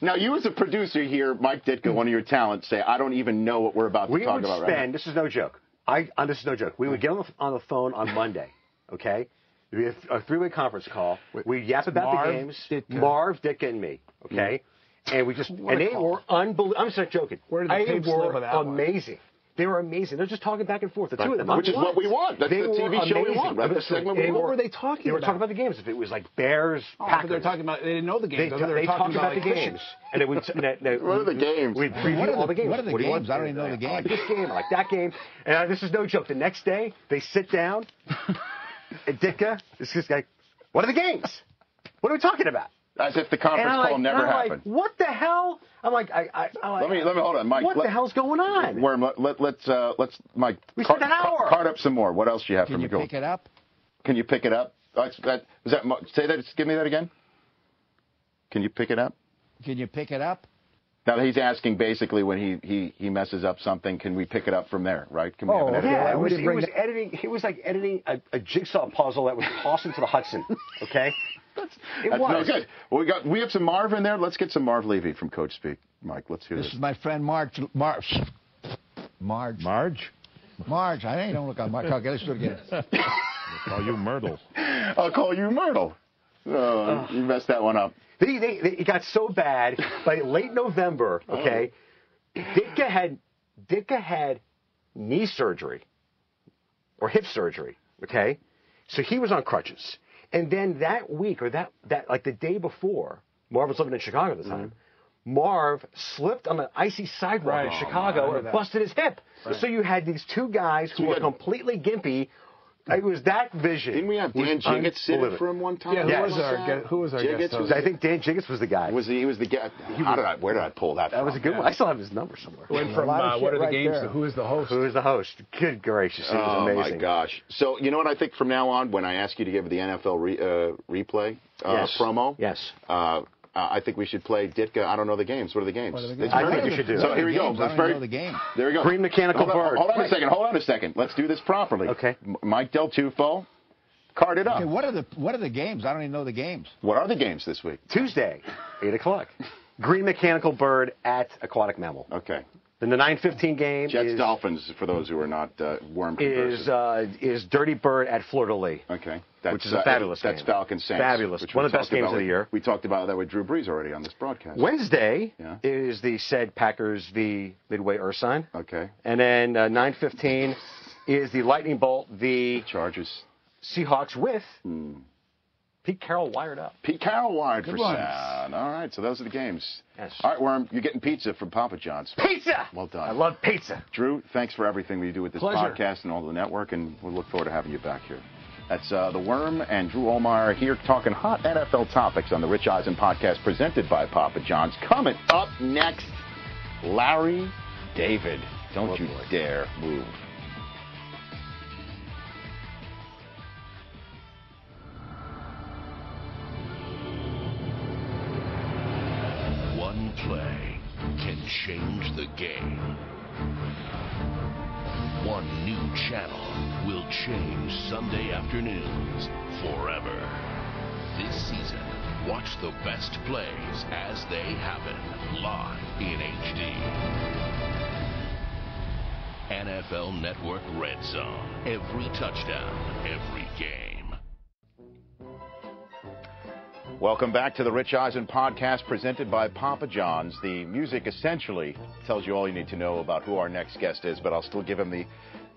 Speaker 1: Now, you as a producer here, Mike Ditka, one of your talents, say, I don't even know what we're about to
Speaker 5: we
Speaker 1: talk
Speaker 5: would
Speaker 1: about
Speaker 5: spend.
Speaker 1: right now.
Speaker 5: This is no joke. I uh, this is no joke. We would get on the, on the phone on Monday, okay? We have a three-way conference call. We yap about
Speaker 6: Marv
Speaker 5: the games.
Speaker 6: Ditka.
Speaker 5: Marv, Ditka, and me, okay? And we just and they were unbelievable. I'm just not joking.
Speaker 6: Where did the
Speaker 5: They
Speaker 6: tapes
Speaker 5: were
Speaker 6: live of that one?
Speaker 5: amazing. They were amazing. They're just talking back and forth. The two of them, not
Speaker 1: Which is
Speaker 5: once.
Speaker 1: what we want. That's
Speaker 5: They
Speaker 1: the
Speaker 5: were
Speaker 1: TV show we
Speaker 5: amazing.
Speaker 1: want, right? The
Speaker 5: That's right.
Speaker 1: segment we
Speaker 5: They
Speaker 1: want.
Speaker 6: What were they talking
Speaker 5: They were
Speaker 6: about?
Speaker 5: talking about the games. If it was like Bears,
Speaker 6: Oh,
Speaker 5: Packers,
Speaker 6: but they're talking about they didn't know the
Speaker 5: They,
Speaker 6: games.
Speaker 5: they,
Speaker 6: though. were
Speaker 5: talked about the
Speaker 6: like Christian-
Speaker 5: games, and it would. and that-
Speaker 1: What are the
Speaker 5: we-
Speaker 1: games?
Speaker 5: We'd
Speaker 1: What
Speaker 5: preview
Speaker 9: are the-
Speaker 5: all the games.
Speaker 9: what are the
Speaker 5: do you
Speaker 9: games?
Speaker 5: want?
Speaker 9: I don't even know the
Speaker 5: I like
Speaker 9: games.
Speaker 5: this game. I like that game. And uh, this is no joke. The next day, they sit down. and Ditka, this is like, what are the games? What are we talking about?
Speaker 1: As if the conference
Speaker 5: I'm
Speaker 1: call
Speaker 5: like,
Speaker 1: never
Speaker 5: I'm like,
Speaker 1: happened.
Speaker 5: what the hell? I'm like, I, I, I'm like,
Speaker 1: Let me- let me- hold on, Mike.
Speaker 5: What
Speaker 1: Let-
Speaker 5: the hell's going on?
Speaker 1: Worm, let, let, let's, uh, let's, Mike,
Speaker 5: We
Speaker 1: card,
Speaker 5: spent an hour.
Speaker 1: card up some more. What else do you have
Speaker 9: Can
Speaker 1: from
Speaker 9: you
Speaker 1: Gold?
Speaker 9: pick it up?
Speaker 1: Can you pick it up? Oh, it's- that, was that, Mo- say that, give me that again. Can you pick it up?
Speaker 9: Can you pick it up?
Speaker 1: Now he's asking basically when he, he, he messes up something, can we pick it up from there, right? Can we
Speaker 9: Oh,
Speaker 1: have an
Speaker 9: okay.
Speaker 5: Yeah,
Speaker 9: I
Speaker 5: it was,
Speaker 9: wouldn't
Speaker 5: it
Speaker 9: bring
Speaker 5: was
Speaker 9: that-
Speaker 5: editing. He was like editing a, a jigsaw puzzle that was tossed into the Hudson. Okay, it
Speaker 1: That's
Speaker 5: was
Speaker 1: no good. Well, we got we have some Marv in there. Let's get some Marv Levy from Coach Speak. Mike, let's hear
Speaker 9: This
Speaker 1: this.
Speaker 9: is my friend Marge. Marge. Marge.
Speaker 10: Marge?
Speaker 9: Marge. I ain't don't look on Marge. Okay, let's do it again.
Speaker 10: Call you Myrtle.
Speaker 1: I'll call you Myrtle. Oh, you messed that one up.
Speaker 5: They, they, they, it got so bad by late November.
Speaker 1: Oh.
Speaker 5: Okay, Ditka had Ditka had knee surgery or hip surgery. Okay, so he was on crutches, and then that week or that that like the day before, Marv was living in Chicago at the time.
Speaker 1: Mm-hmm.
Speaker 5: Marv slipped on an icy sidewalk in
Speaker 1: Oh,
Speaker 5: Chicago and busted his hip. So you had these two guys who
Speaker 1: you
Speaker 5: were
Speaker 1: had-
Speaker 5: completely gimpy. It was that vision.
Speaker 1: Didn't we have
Speaker 5: was
Speaker 1: Dan Jiggets sit in
Speaker 5: unbelievable.
Speaker 1: for him one time?
Speaker 6: Yeah, who
Speaker 5: Yes.
Speaker 6: was our guest? Who was our
Speaker 1: Jiggets
Speaker 6: guest?
Speaker 1: was-
Speaker 6: host?
Speaker 5: I think Dan Jiggets was the guy.
Speaker 1: Was he, he was the guy? How did I, where did I pull that?
Speaker 5: That was a good one. I still have his number somewhere.
Speaker 6: went from
Speaker 9: lot of
Speaker 6: uh,
Speaker 9: shit
Speaker 6: what are the
Speaker 9: right
Speaker 6: games
Speaker 9: there.
Speaker 6: to who is the host?
Speaker 5: Who is the host? Good gracious, it
Speaker 1: Oh
Speaker 5: was amazing.
Speaker 1: my gosh! So you know what I think from now on, when I ask you to give the NFL re, uh, replay uh,
Speaker 5: Yes.
Speaker 1: promo,
Speaker 5: Yes.
Speaker 1: uh, uh, I think we should play Ditka. I don't know the games. What are the games? It's
Speaker 5: I think
Speaker 1: perfect.
Speaker 5: you should do
Speaker 1: So
Speaker 5: that.
Speaker 1: here we
Speaker 9: Games,
Speaker 1: go.
Speaker 9: I
Speaker 1: It's
Speaker 9: don't even
Speaker 1: very-
Speaker 9: know the game.
Speaker 1: There we go.
Speaker 5: Green mechanical
Speaker 1: hold on,
Speaker 5: bird.
Speaker 1: Hold on a
Speaker 5: Right.
Speaker 1: second. Hold on a second. Let's do this properly.
Speaker 5: Okay.
Speaker 1: M- Mike Del Tufo, card it up.
Speaker 9: Okay, what are the what are the games? I don't even know the games.
Speaker 1: What are the games this week?
Speaker 5: Tuesday, eight o'clock. Green mechanical bird at aquatic mammal.
Speaker 1: Okay.
Speaker 5: Then the nine fifteen game
Speaker 1: Jets
Speaker 5: is
Speaker 1: Dolphins for those who are not uh, worm conversant.
Speaker 5: is uh, is dirty bird at Florida Lee.
Speaker 1: okay. That's,
Speaker 5: which is a
Speaker 1: uh,
Speaker 5: fabulous
Speaker 1: That's
Speaker 5: game.
Speaker 1: Falcon Saints.
Speaker 5: Fabulous.
Speaker 1: which
Speaker 5: One
Speaker 1: we
Speaker 5: of the best
Speaker 1: talked
Speaker 5: games
Speaker 1: about-
Speaker 5: of the year.
Speaker 1: We talked about that with Drew Brees already on this broadcast.
Speaker 5: Wednesday
Speaker 1: Yeah.
Speaker 5: is the said Packers v Midway Ursine.
Speaker 1: Okay.
Speaker 5: And then uh, nine fifteen is the lightning bolt the
Speaker 1: Chargers.
Speaker 5: Seahawks with Hmm. Pete Carroll wired up.
Speaker 1: Pete Carroll wired for
Speaker 9: ones.
Speaker 1: sound. All right, so those are the games.
Speaker 5: Yes.
Speaker 1: All right, Worm, you're getting pizza from Papa John's.
Speaker 5: Pizza.
Speaker 1: Well done.
Speaker 5: I love pizza.
Speaker 1: Drew, thanks for everything we do with this
Speaker 6: Pleasure.
Speaker 1: podcast and all the network, and we look forward to having you back here. That's uh, The Worm and Drew Olmeyer here talking hot NFL topics on the Rich Eisen podcast presented by Papa John's. Coming up next, Larry David. Don't you dare move.
Speaker 11: One play can change the game. One new channel will change Sunday afternoons forever. This season, watch the best plays as they happen live in HD. NFL Network Red Zone. Every touchdown, every game.
Speaker 1: Welcome back to the Rich Eisen podcast presented by Papa John's. The music essentially tells you all you need to know about who our next guest is, but I'll still give him the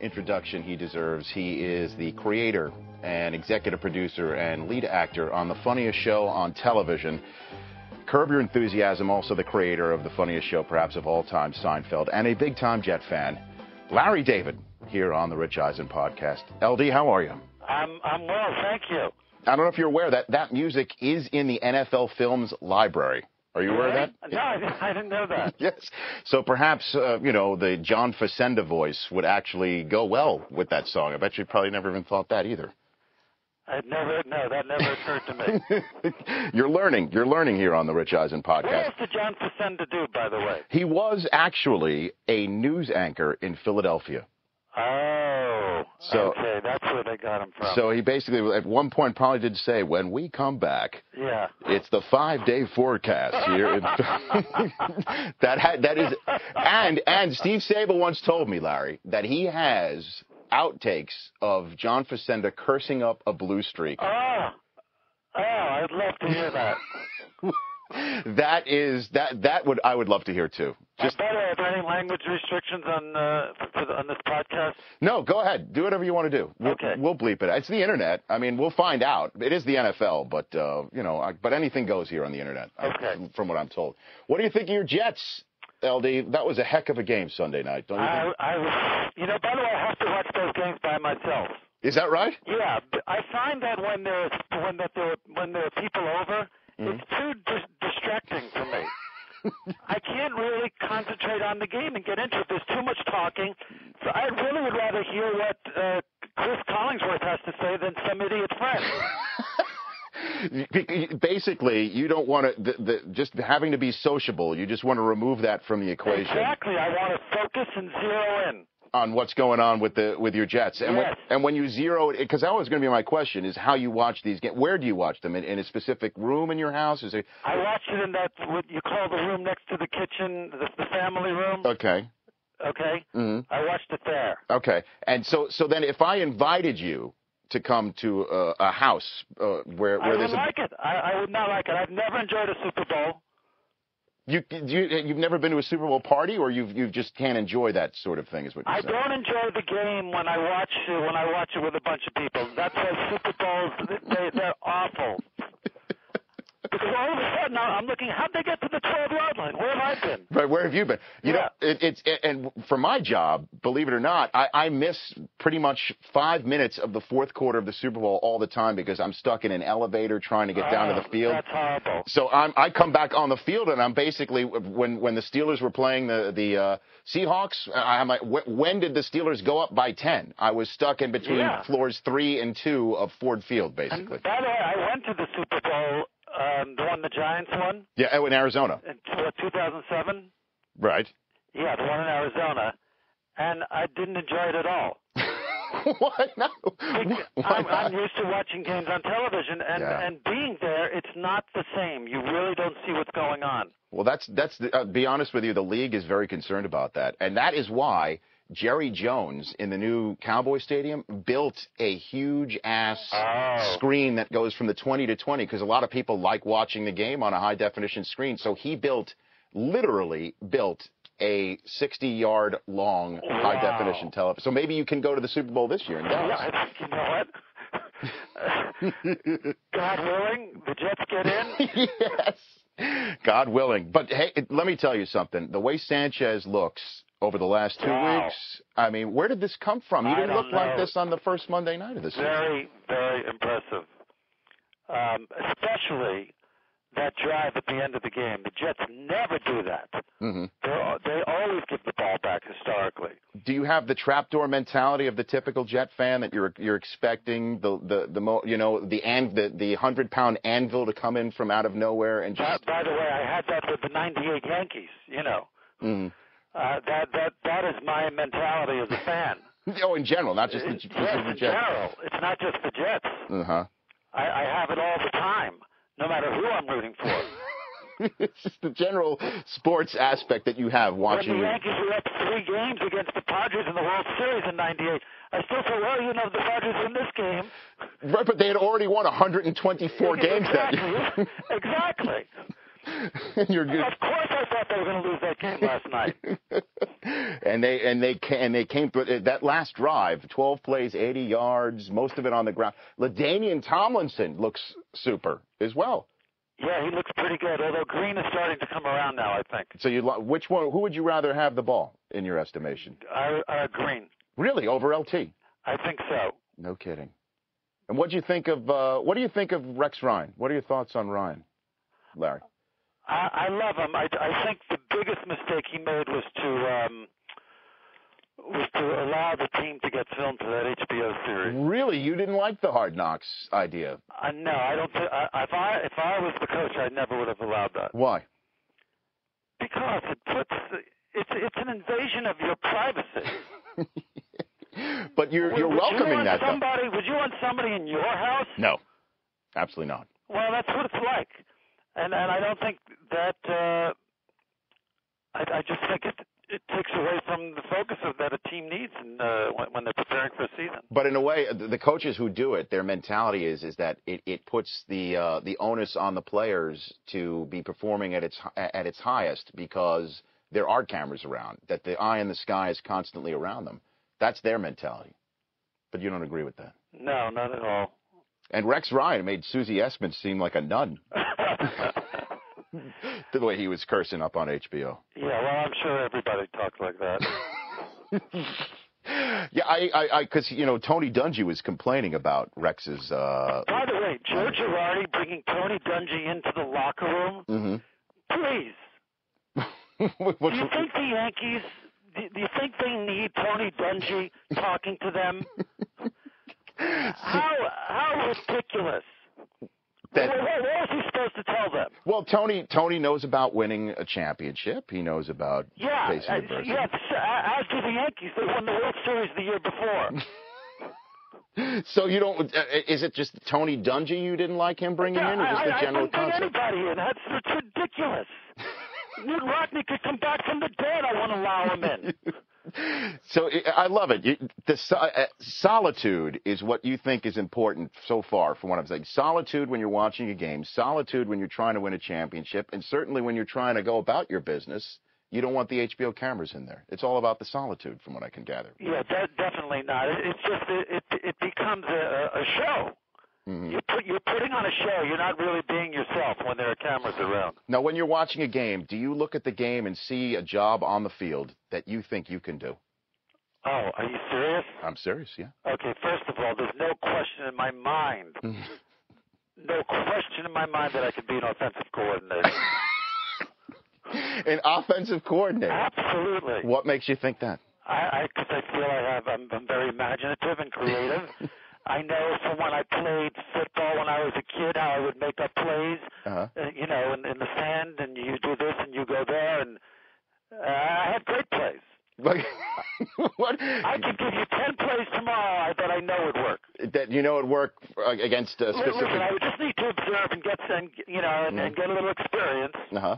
Speaker 1: introduction he deserves. He is the creator and executive producer and lead actor on the funniest show on television. Curb Your Enthusiasm, also the creator of the funniest show perhaps of all time, Seinfeld, and a big time Jet fan, Larry David, here on the Rich Eisen podcast. LD, how are you?
Speaker 12: I'm I'm well, thank you.
Speaker 1: I don't know if you're aware that that music is in the NFL Films library. Are you aware of that?
Speaker 12: No, I didn't, I didn't know that.
Speaker 1: yes. So perhaps uh, you know the John Facenda voice would actually go well with that song. I bet you probably never even thought that either.
Speaker 12: I'd never, no, that never occurred to me.
Speaker 1: You're learning. You're learning here on the Rich Eisen
Speaker 12: What
Speaker 1: podcast.
Speaker 12: else did John Facenda do, by the way?
Speaker 1: He was actually a news anchor in Philadelphia.
Speaker 12: Oh,
Speaker 1: So-
Speaker 12: okay, that's where they got him from.
Speaker 1: So he basically, at one point, probably did say, "When we come back,
Speaker 12: yeah,
Speaker 1: it's the five-day forecast here." in-" that ha- that is, and and Steve Sable once told me, Larry, that he has outtakes of John Facenda cursing up a blue streak.
Speaker 12: oh, I'd love to hear that.
Speaker 1: That is that that would I would love to hear too. Just
Speaker 12: By the way, are there any language restrictions on uh, for the, on this podcast?
Speaker 1: No, go ahead. Do whatever you want to do. We'll, okay. We'll bleep it. It's the internet. I mean, we'll find out. It is the NFL, but uh, you know, I, but anything goes here on the internet. Okay. from what I'm told. What do you think of your Jets, LD? That was a heck of a game Sunday night, don't you
Speaker 12: I,
Speaker 1: think?
Speaker 12: I, you know, by the way, I have to watch those games by myself.
Speaker 1: Is that right?
Speaker 12: Yeah, but I find that when there's when that there when there are people over, it's too dis- distracting for me. I can't really concentrate on the game and get into it. There's too much talking. So I really would rather hear what uh, Chris Collingsworth has to say than some idiot friend.
Speaker 1: Basically, you don't want to the, the, just having to be sociable. You just want to remove that from the equation
Speaker 12: exactly. I want to focus and zero in.
Speaker 1: on what's going on with the with your Jets. And
Speaker 12: Yes.
Speaker 1: when and when you zero it, because that was going to be my question: is how you watch these games. Where do you watch them? In, in a specific room in your house? Is it
Speaker 12: I watch it in that what you call the room next to the kitchen, the, the family room.
Speaker 1: okay?
Speaker 12: Okay.
Speaker 1: hmm
Speaker 12: I watched it there.
Speaker 1: Okay. And so so then if I invited you to come to a, a house uh, where
Speaker 12: I
Speaker 1: where
Speaker 12: would
Speaker 1: there's
Speaker 12: like it. I, I would not like it. I've never enjoyed a Super Bowl.
Speaker 1: a you you you've never been to a Super Bowl party or you've you just can't enjoy that sort of thing is what you're
Speaker 12: I
Speaker 1: saying.
Speaker 12: don't enjoy the game when I watch it when I watch it with a bunch of people. That's why Super Bowls they, they're awful. Because all of a sudden now I'm looking, how'd they get to the 12 yard line? Where have I been?
Speaker 1: Right, where have you been? You know, it, it's it, and for my job, believe it or not, I, I miss pretty much five minutes of the fourth quarter of the Super Bowl all the time because I'm stuck in an elevator trying to get down to
Speaker 12: Ah,
Speaker 1: the field.
Speaker 12: That's horrible.
Speaker 1: So I'm I come back on the field and I'm basically when when the Steelers were playing the the uh, Seahawks, I- I'm like, "Wh- when did the Steelers go up by ten? I was stuck in between
Speaker 12: Yeah.
Speaker 1: floors three and two of Ford Field, basically.
Speaker 12: By the way, I went to the Super Bowl, um, the one the Giants won
Speaker 1: yeah, oh, in Arizona,
Speaker 12: in uh, what, 2007.
Speaker 1: right?
Speaker 12: Yeah, the one in Arizona, and I didn't enjoy it at all.
Speaker 1: Why not?
Speaker 12: I'm, I'm used to watching games on television, and
Speaker 1: Yeah.
Speaker 12: and being there, it's not the same. You really don't see what's going on.
Speaker 1: Well, that's that's the, uh, be honest with you, the league is very concerned about that, and that is why Jerry Jones in the new Cowboy Stadium built a huge ass
Speaker 12: Oh.
Speaker 1: screen that goes from the 20 to 20 because a lot of people like watching the game on a high definition screen. So he built, literally built a 60 yard long high definition television. So maybe you can go to the Super Bowl this year in Dallas.
Speaker 12: I think you know what? God willing, the Jets get in.
Speaker 1: God willing. But hey, it- let me tell you something. The way Sanchez looks over the last two
Speaker 12: Wow.
Speaker 1: weeks, I mean, where did this come from? He
Speaker 12: I
Speaker 1: didn't
Speaker 12: don't
Speaker 1: look like
Speaker 12: know.
Speaker 1: this on the first Monday night of the season.
Speaker 12: Very, very impressive. Um, especially that drive at the end of the game. The Jets never do that.
Speaker 1: hmm
Speaker 12: They're, al- they always give the ball back historically.
Speaker 1: Do you have the trapdoor mentality of the typical Jet fan that you're you're expecting the the the mo, you know the and the the hundred pound anvil to come in from out of nowhere and
Speaker 12: By,
Speaker 1: just
Speaker 12: by the way, I had that with the '98 Yankees. You know,
Speaker 1: Mhm.
Speaker 12: uh, that that that is my mentality as a fan.
Speaker 1: oh in general, not just the,
Speaker 12: Yes,
Speaker 1: just the
Speaker 12: in
Speaker 1: Jet.
Speaker 12: general, it's not just the Jets.
Speaker 1: Uh huh.
Speaker 12: I, I have it all the time, no matter who I'm rooting for.
Speaker 1: it's just the general sports aspect that you have watching.
Speaker 12: When the Yankees were up three games against the Padres in the World Series in '98, I still say, well, you know, the Padres win this game.
Speaker 1: Right, but they had already won 124 games that year.
Speaker 12: exactly.
Speaker 1: and you're good.
Speaker 12: Of course, I thought they were going to lose that game last night.
Speaker 1: And they and they ca- and they came through that last drive, 12 plays, 80 yards, most of it on the ground. Ladainian Tomlinson looks super as well.
Speaker 12: Yeah, he looks pretty good. Although Green is starting to come around now, I think.
Speaker 1: So you li- which one? Who would you rather have the ball in your estimation?
Speaker 12: Uh, uh, Green,
Speaker 1: Really, over LT?
Speaker 12: I think so.
Speaker 1: No kidding. And what do you think of uh, what do you think of Rex Ryan? What are your thoughts on Ryan, Larry?
Speaker 12: I, I love him. I, I think the biggest mistake he made was to um, was to allow the team to get filmed for that HBO series.
Speaker 1: Really, you didn't like the Hard Knocks idea?
Speaker 12: Uh, no, I don't. Th- I, if I if I was the coach, I never would have allowed that
Speaker 1: Why?
Speaker 12: because it puts it's it's an invasion of your privacy.
Speaker 1: But you're you're
Speaker 12: would you
Speaker 1: welcoming
Speaker 12: want
Speaker 1: that. Though.
Speaker 12: Somebody, would you want somebody in your house?
Speaker 1: No, absolutely not.
Speaker 12: Well, that's what it's like, and and I don't think that. Uh, I, I just think it it takes away from the focus of that a team needs and uh, when, when they're preparing for a season.
Speaker 1: But in a way, the the coaches who do it, their mentality is is that it, it puts the uh, the onus on the players to be performing at its hi- at its highest because there are cameras around, that the eye in the sky is constantly around them. That's their mentality. But you don't agree with that.
Speaker 12: No, not at all.
Speaker 1: And Rex Ryan made Susie Essman seem like a nun. the way he was cursing up on HBO.
Speaker 12: Yeah, well, I'm sure everybody talks like that.
Speaker 1: Yeah, I, I, I, because you know Tony Dungy was complaining about Rex's. Uh,
Speaker 12: By the way, Joe Girardi bringing Tony Dungy into the locker room.
Speaker 1: mhm.
Speaker 12: Please, do you think the Yankees? Do do you think they need Tony Dungy talking to them? how how ridiculous!
Speaker 1: That-
Speaker 12: What- what, what was he supposed to tell them?
Speaker 1: Well, Tony, Tony knows about winning a championship. He knows about
Speaker 12: Yeah,
Speaker 1: facing
Speaker 12: uh,
Speaker 1: adversity.
Speaker 12: yeah. s- As do the Yankees, they won the World Series the year before.
Speaker 1: So you don't? uh, Is it just Tony Dungy you didn't like him bringing
Speaker 12: yeah,
Speaker 1: in, or just
Speaker 12: I,
Speaker 1: the
Speaker 12: I,
Speaker 1: general
Speaker 12: I couldn't
Speaker 1: concept?
Speaker 12: bring anybody in. That's, that's ridiculous. Newt Rockney could come back from the dead. I won't allow him in.
Speaker 1: So I- I love it. You, the so- uh, solitude is what you think is important so far, from what I'm saying. Solitude when you're watching a game, solitude when you're trying to win a championship, and certainly when you're trying to go about your business. You don't want the HBO cameras in there. It's all about the solitude, from what I can gather.
Speaker 12: Yeah, de- definitely not. It, it's just it it, it becomes a, a a show.
Speaker 1: Mm-hmm.
Speaker 12: You're put, you're putting on a show. You're not really being yourself when there are cameras around.
Speaker 1: Now, when you're watching a game, do you look at the game and see a job on the field that you think you can do?
Speaker 12: Oh, are you serious?
Speaker 1: I'm serious, yeah.
Speaker 12: Okay, first of all, there's no question in my mind,
Speaker 1: Mm.
Speaker 12: no question in my mind that I could be an offensive coordinator.
Speaker 1: An offensive coordinator.
Speaker 12: Absolutely.
Speaker 1: What makes you think that?
Speaker 12: I because I, 'cause I feel I have I'm, I'm very imaginative and creative. I know from when I played football when I was a kid how I would make up plays,
Speaker 1: Uh-huh.
Speaker 12: uh, you know, in, in the sand, and you do this and you go there, and uh, I had great plays.
Speaker 1: Like, what?
Speaker 12: I could give you ten plays tomorrow I- that I know would work.
Speaker 1: That you know would work uh, against a
Speaker 12: Li- Listen, I
Speaker 1: specific. Mm.
Speaker 12: would just need to observe and get some, you know, and, and get a little experience,
Speaker 1: Uh huh.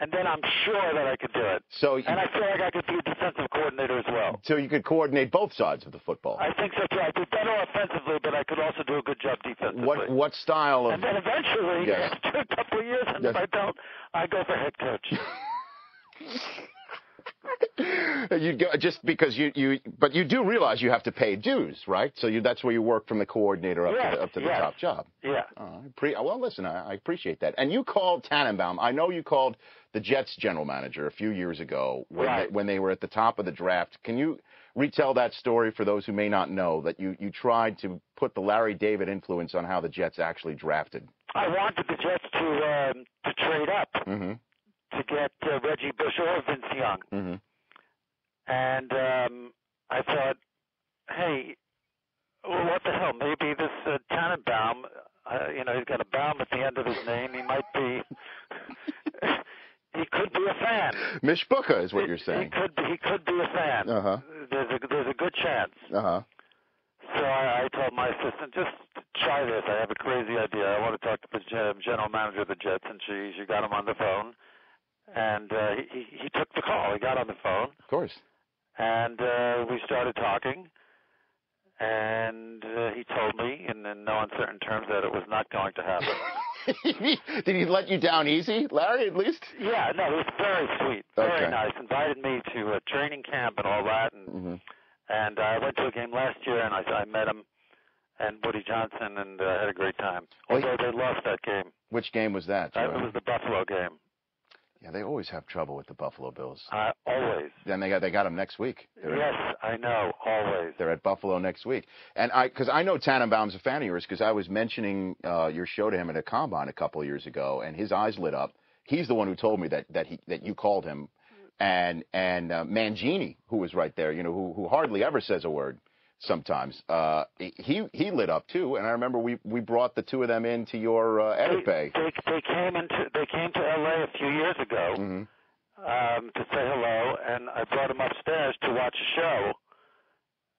Speaker 12: and then I'm sure that I could do it.
Speaker 1: So, you,
Speaker 12: And I feel like I could be a defensive coordinator as well.
Speaker 1: so you could coordinate both sides of the football.
Speaker 12: I think so too. I did better offensively, but I could also do a good job defensively.
Speaker 1: What what style of?
Speaker 12: and then eventually,
Speaker 1: Yes.
Speaker 12: after a couple of years, and if
Speaker 1: Yes.
Speaker 12: I don't, I go for head coach.
Speaker 1: You'd go just because you you but you do realize you have to pay dues, right? So you that's where you work from the coordinator up to
Speaker 12: Yes,
Speaker 1: the, up to
Speaker 12: yes.
Speaker 1: the top job.
Speaker 12: yeah.
Speaker 1: All right. Uh, Pre- well, listen, I, I appreciate that. And you called Tannenbaum. I know you called the Jets general manager a few years ago when,
Speaker 12: Right.
Speaker 1: they, when they were at the top of the draft. Can you retell that story for those who may not know that you, you tried to put the Larry David influence on how the Jets actually drafted?
Speaker 12: I wanted the Jets to um, to trade up
Speaker 1: Mm-hmm.
Speaker 12: to get uh, Reggie Bush or Vince Young,
Speaker 1: Mm-hmm.
Speaker 12: and um, I thought, hey, well, what the hell? Maybe this uh, Tannenbaum, uh, you know, he's got a Baum at the end of his name. He might be. he could be a fan.
Speaker 1: Mishbuka is what you're
Speaker 12: He
Speaker 1: saying.
Speaker 12: could be, he could be a fan.
Speaker 1: Uh huh.
Speaker 12: There's a there's a good chance.
Speaker 1: Uh huh.
Speaker 12: So I, I told my assistant, just try this. I have a crazy idea. I want to talk to the gen- general manager of the Jets, and she she got him on the phone, and uh, he- he he took the call. He got on the phone,
Speaker 1: Of course.
Speaker 12: and uh, we started talking. And uh, he told me, in, in no uncertain terms, that it was not going to happen.
Speaker 1: Did he let you down easy, Larry? At least.
Speaker 12: yeah, no, he was very sweet, very
Speaker 1: Okay.
Speaker 12: nice. Invited me to a training camp and all that, and
Speaker 1: Mm-hmm.
Speaker 12: And I went to a game last year, and I, I met him and Woody Johnson, and uh, had a great time.
Speaker 1: Well, you-
Speaker 12: Although they lost that game,
Speaker 1: Which game was that?
Speaker 12: that
Speaker 1: Joe?
Speaker 12: was the Buffalo game.
Speaker 1: Yeah, they always have trouble with the Buffalo Bills.
Speaker 12: I always,
Speaker 1: Then they got they got them next week. They're in-
Speaker 12: yes, I know, always.
Speaker 1: They're at Buffalo next week, and I because I know Tannenbaum's a fan of yours because I was mentioning uh, your show to him at a combine a couple years ago, and his eyes lit up. He's the one who told me that that he that you called him, and and uh, Mangini, who was right there, you know, who who hardly ever says a word sometimes. Uh, he he lit up too, and I remember we we brought the two of them into your uh, edit bay.
Speaker 12: They they came into they came to L.A. a few years ago um, to say hello, and I brought them upstairs to watch a show,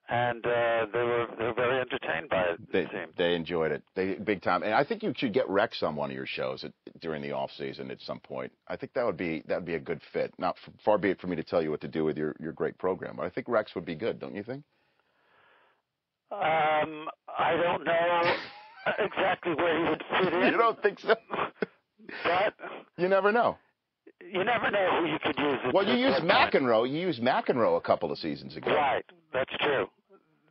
Speaker 12: and uh, they were they were very entertained by it.
Speaker 1: They, they enjoyed it, they big time. And I think you should get Rex on one of your shows at, during the off season at some point. I think that would be that would be a good fit. Not f- far be it for me to tell you what to do with your your great program, but I think Rex would be good, don't you think?
Speaker 12: Um, I don't know exactly where he would fit in.
Speaker 1: You don't think so?
Speaker 12: but
Speaker 1: You never know.
Speaker 12: you never know who you could use. at
Speaker 1: Well, you
Speaker 12: this
Speaker 1: used
Speaker 12: point in time.
Speaker 1: McEnroe. You used McEnroe a couple of seasons ago.
Speaker 12: Right, that's true.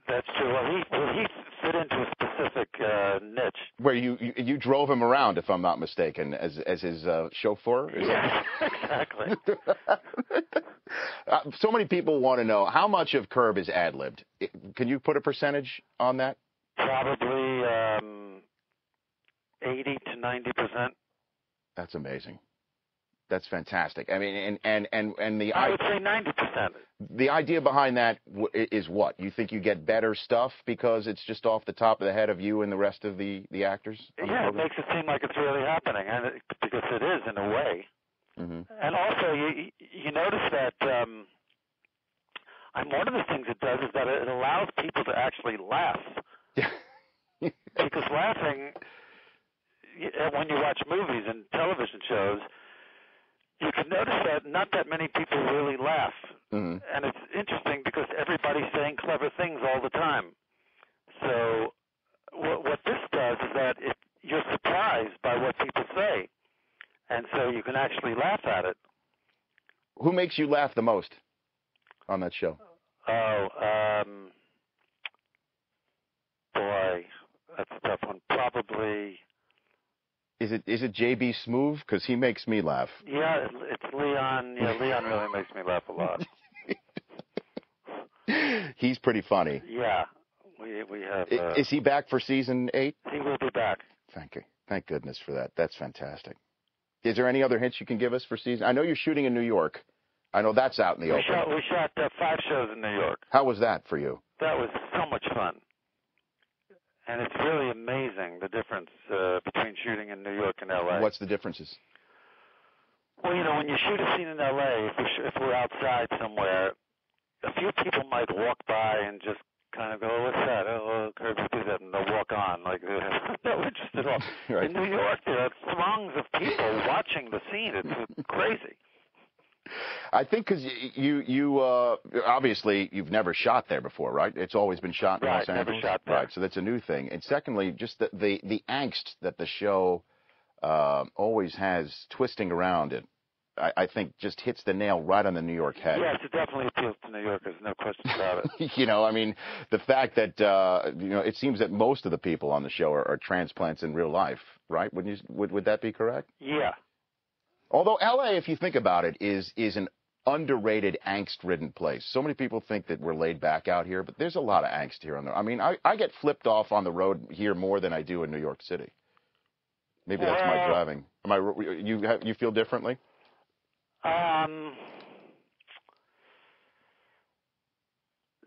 Speaker 12: That's true. Well, he well, he fit into a specific uh, niche.
Speaker 1: Where you, you you drove him around, if I'm not mistaken, as as his uh, chauffeur. Is that-
Speaker 12: exactly.
Speaker 1: Uh, so many people want to know how much of Curb is ad libbed. Can you put a percentage on that?
Speaker 12: Probably um, eighty to ninety percent.
Speaker 1: That's amazing. That's fantastic. I mean, and and and and the
Speaker 12: I
Speaker 1: i-
Speaker 12: would say ninety percent.
Speaker 1: the idea behind that w- i- is what you think you get better stuff because it's just off the top of the head of you and the rest of the the actors.
Speaker 12: Yeah, it makes it seem like it's really happening, and it, because it is in a way.
Speaker 1: Mm-hmm.
Speaker 12: And also, you you notice that um, and one of the things it does is that it allows people to actually laugh. because laughing, y- uh, when you watch movies and television shows, you can notice that not that many people really laugh,
Speaker 1: Mm-hmm.
Speaker 12: and it's interesting because everybody's saying clever things all the time. So what, what this does is that it, you're surprised by what people say, and so you can actually laugh at it.
Speaker 1: Who makes you laugh the most on that show?
Speaker 12: Oh, um, boy, that's a tough one. Probably,
Speaker 1: Is it is it JB Smoove? Because he makes me laugh.
Speaker 12: yeah, it- it's Leon. Yeah, Leon really makes me laugh a lot.
Speaker 1: He's pretty funny.
Speaker 12: Yeah, we we have.
Speaker 1: I-
Speaker 12: Uh,
Speaker 1: is he back for season eight?
Speaker 12: he will be back.
Speaker 1: Thank you. Thank goodness for that. That's fantastic. Is there any other hints you can give us for season? I know you're shooting in New York. I know that's out in the
Speaker 12: We
Speaker 1: open.
Speaker 12: shot we shot uh, five shows in New York.
Speaker 1: How was that for you?
Speaker 12: That was so much fun, and it's really amazing the difference uh, between shooting in New York and L.A.
Speaker 1: What's the differences?
Speaker 12: Well, you know, when you shoot a scene in LA, if, we sh- if we're outside somewhere, a few people might walk by and just kind of go, oh, "What's that? Oh, Kirk, do that," and they'll walk on like they're no interest at all.
Speaker 1: Right.
Speaker 12: In New York, there are throngs of people watching the scene. It's crazy.
Speaker 1: I think because you you uh, obviously you've never shot there before, right? It's always been shot in
Speaker 12: Right,
Speaker 1: Los
Speaker 12: never
Speaker 1: Angeles,
Speaker 12: shot there.
Speaker 1: right? So that's a new thing. And secondly, just the the, the angst that the show uh, always has twisting around it, I, I think just hits the nail right on the New York head.
Speaker 12: Yes, it definitely appeals to New Yorkers, no question about it.
Speaker 1: you know, I mean, the fact that uh, you know it seems that most of the people on the show are, are transplants in real life, right? Would you would would that be correct?
Speaker 12: Yeah,
Speaker 1: Although LA, if you think about it, is is an underrated angst-ridden place. So many people think that we're laid back out here, but there's a lot of angst here on the. I mean, I, I get flipped off on the road here more than I do in New York City. Maybe that's my
Speaker 12: Well-
Speaker 1: driving. Am I you have, you feel differently?
Speaker 12: Um,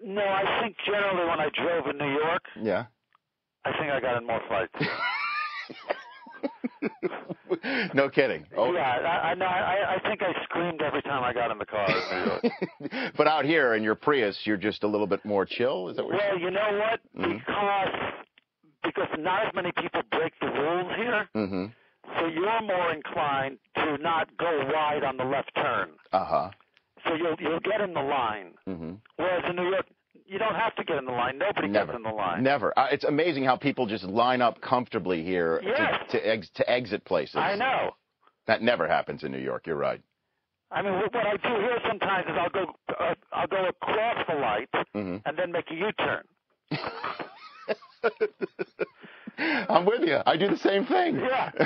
Speaker 12: no, I think generally when I drove in New York,
Speaker 1: Yeah.
Speaker 12: I think I got in more fights.
Speaker 1: no kidding. Oh,
Speaker 12: Yeah, I, I, no, I, I think I screamed every time I got in the car in New York.
Speaker 1: but out here in your Prius, you're just a little bit more chill. Is that what?
Speaker 12: well, you know what?
Speaker 1: Mhm.
Speaker 12: Because because not as many people break the rules here,
Speaker 1: You're... Mm-hmm.
Speaker 12: so you're more inclined to not go wide on the left turn.
Speaker 1: Uh huh.
Speaker 12: So you'll you'll get in the line.
Speaker 1: Mm-hmm.
Speaker 12: Whereas in New York, you don't have to get in the line. Nobody
Speaker 1: Never.
Speaker 12: gets in the line.
Speaker 1: Never. Uh, it's amazing how people just line up comfortably here
Speaker 12: Yes.
Speaker 1: to to, ex- to exit places.
Speaker 12: I know.
Speaker 1: That never happens in New York. You're right.
Speaker 12: I mean, what what I do here sometimes is I'll go uh, I'll go across
Speaker 1: Mm-hmm.
Speaker 12: the light
Speaker 1: Mhm.
Speaker 12: and then make a U-turn.
Speaker 1: I'm with you. I do the same thing.
Speaker 12: Yeah.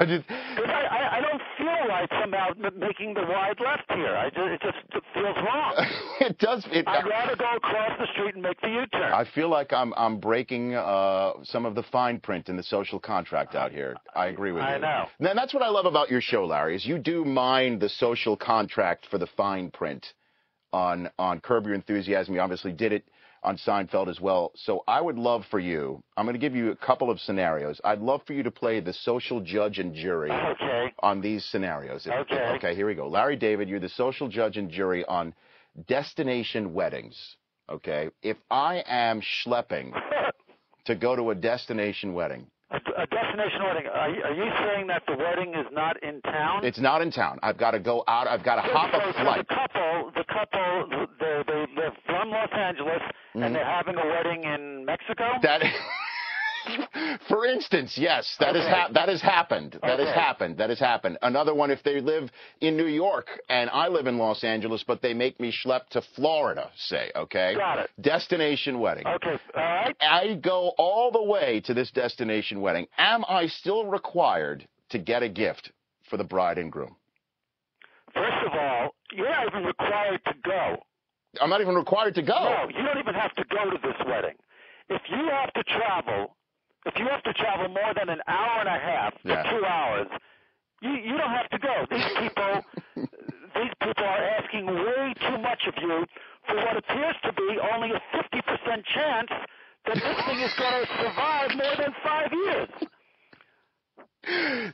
Speaker 1: I just,
Speaker 12: Because I, I, I don't feel right somehow m- making the wide left here. I just, it just it feels wrong.
Speaker 1: it does. It,
Speaker 12: I'd rather go across the street and make the U-turn.
Speaker 1: I feel like I'm I'm breaking uh, some of the fine print in the social contract out here. I agree with
Speaker 12: I
Speaker 1: you.
Speaker 12: know.
Speaker 1: And that's what I love about your show, Larry. Is you do mind the social contract for the fine print on on Curb Your Enthusiasm. You obviously did it on Seinfeld as well. So I would love for you. I'm going to give you a couple of scenarios. I'd love for you to play the social judge and jury
Speaker 12: Okay.
Speaker 1: on these scenarios. If-
Speaker 12: Okay.
Speaker 1: Okay. Here we go. Larry David, you're the social judge and jury on destination weddings. Okay. If I am schlepping to go to a destination wedding,
Speaker 12: A, a destination wedding. Are, you- are you saying that the wedding is not in town?
Speaker 1: it's not in town. I've got to go out. I've got to hop
Speaker 12: so,
Speaker 1: a flight.
Speaker 12: So the couple, the couple, they're, they they're from Los Angeles
Speaker 1: Mhm.
Speaker 12: and they're having a wedding in Mexico.
Speaker 1: That, for instance, yes, that has
Speaker 12: Okay.
Speaker 1: hap that has happened. That has
Speaker 12: Okay.
Speaker 1: happened. That has happened. Another one, if they live in New York and I live in Los Angeles, but they make me schlep to Florida, say, okay,
Speaker 12: Got it.
Speaker 1: destination wedding.
Speaker 12: Okay. All right.
Speaker 1: I go all the way to this destination wedding. Am I still required to get a gift for the bride and groom?
Speaker 12: First of all, you're not even required to go.
Speaker 1: I'm not even required to go.
Speaker 12: No, you don't even have to go to this wedding. If you have to travel, if you have to travel more than an hour and a half to
Speaker 1: Yeah.
Speaker 12: two hours, you you don't have to go. These people, these people are asking way too much of you for what appears to be only a fifty percent chance that this thing is going to survive more than five years.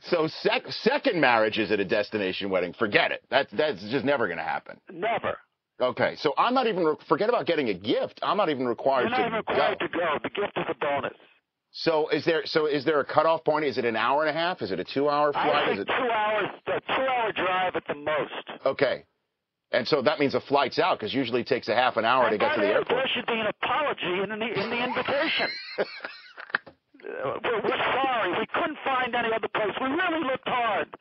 Speaker 1: So sec- second marriages at a destination wedding, forget it. That's that's just never going to happen.
Speaker 12: Never.
Speaker 1: Okay, so I'm not even re- forget about getting a gift. I'm not even required
Speaker 12: You're not
Speaker 1: to
Speaker 12: even required
Speaker 1: go.
Speaker 12: to go. The gift is a bonus.
Speaker 1: So is there so is there a cutoff point? Is it an hour and a half? Is it a two hour
Speaker 12: I
Speaker 1: flight? Is
Speaker 12: think
Speaker 1: it
Speaker 12: two hours, a two-hour drive at the most.
Speaker 1: okay? And so that means the flight's out because usually it takes a half an hour to
Speaker 12: And
Speaker 1: get
Speaker 12: by
Speaker 1: to the
Speaker 12: way,
Speaker 1: airport.
Speaker 12: There should be an apology in the, in the invitation. Uh, we're, we're sorry. We couldn't find any other place. We really looked hard.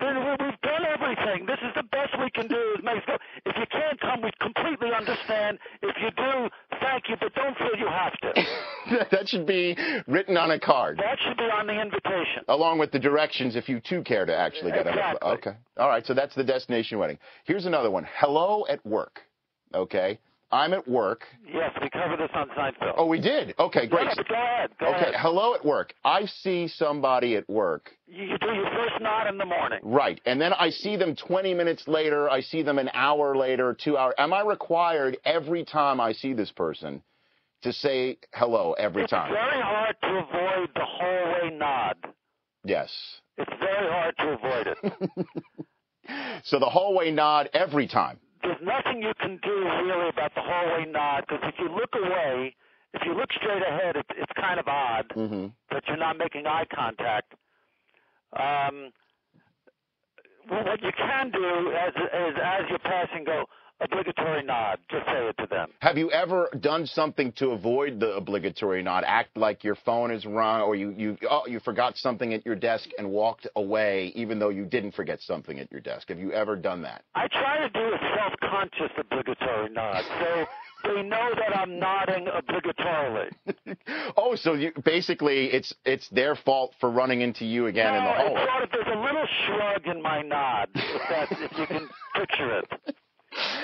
Speaker 12: Then we- We've done everything. This is the best we can do. Is make, if you can't come, we completely understand. If you do, thank you, but don't feel you have to.
Speaker 1: that should be written on a card.
Speaker 12: That should be on the invitation.
Speaker 1: along with the directions if you too care to actually get
Speaker 12: Exactly.
Speaker 1: a okay all right so that's the destination wedding here's another one hello at work okay i'm at work
Speaker 12: Yes, we covered this on Seinfeld.
Speaker 1: oh we did okay great
Speaker 12: Yeah, but go ahead. Go
Speaker 1: okay
Speaker 12: ahead.
Speaker 1: hello at work i see somebody at work
Speaker 12: You, you do your first nod in the morning.
Speaker 1: right and then i see them 20 minutes later i see them an hour later two hour am i required every time i see this person to say hello every
Speaker 12: It's
Speaker 1: time
Speaker 12: very hard to avoid the hallway nod.
Speaker 1: yes
Speaker 12: It's very hard to avoid it.
Speaker 1: so the hallway nod every time
Speaker 12: there's nothing you can do really about the hallway nod because if you look away, if you look straight ahead, it's it's kind of odd
Speaker 1: hmm
Speaker 12: that you're not making eye contact. Um, well, what you can do as is as you're passing, go obligatory nod. Just say it to them.
Speaker 1: Have you ever done something to avoid the obligatory nod? Act like your phone is rung, or you you oh you forgot something at your desk and walked away, even though you didn't forget something at your desk. Have you ever done that?
Speaker 12: I try to do a self-conscious obligatory nod, so they know that I'm nodding obligatorily.
Speaker 1: Oh, so you basically it's it's their fault for running into you again in the
Speaker 12: No, it's
Speaker 1: hallway.
Speaker 12: sort of, there's a little shrug in my nod, if, that's, if you can picture it.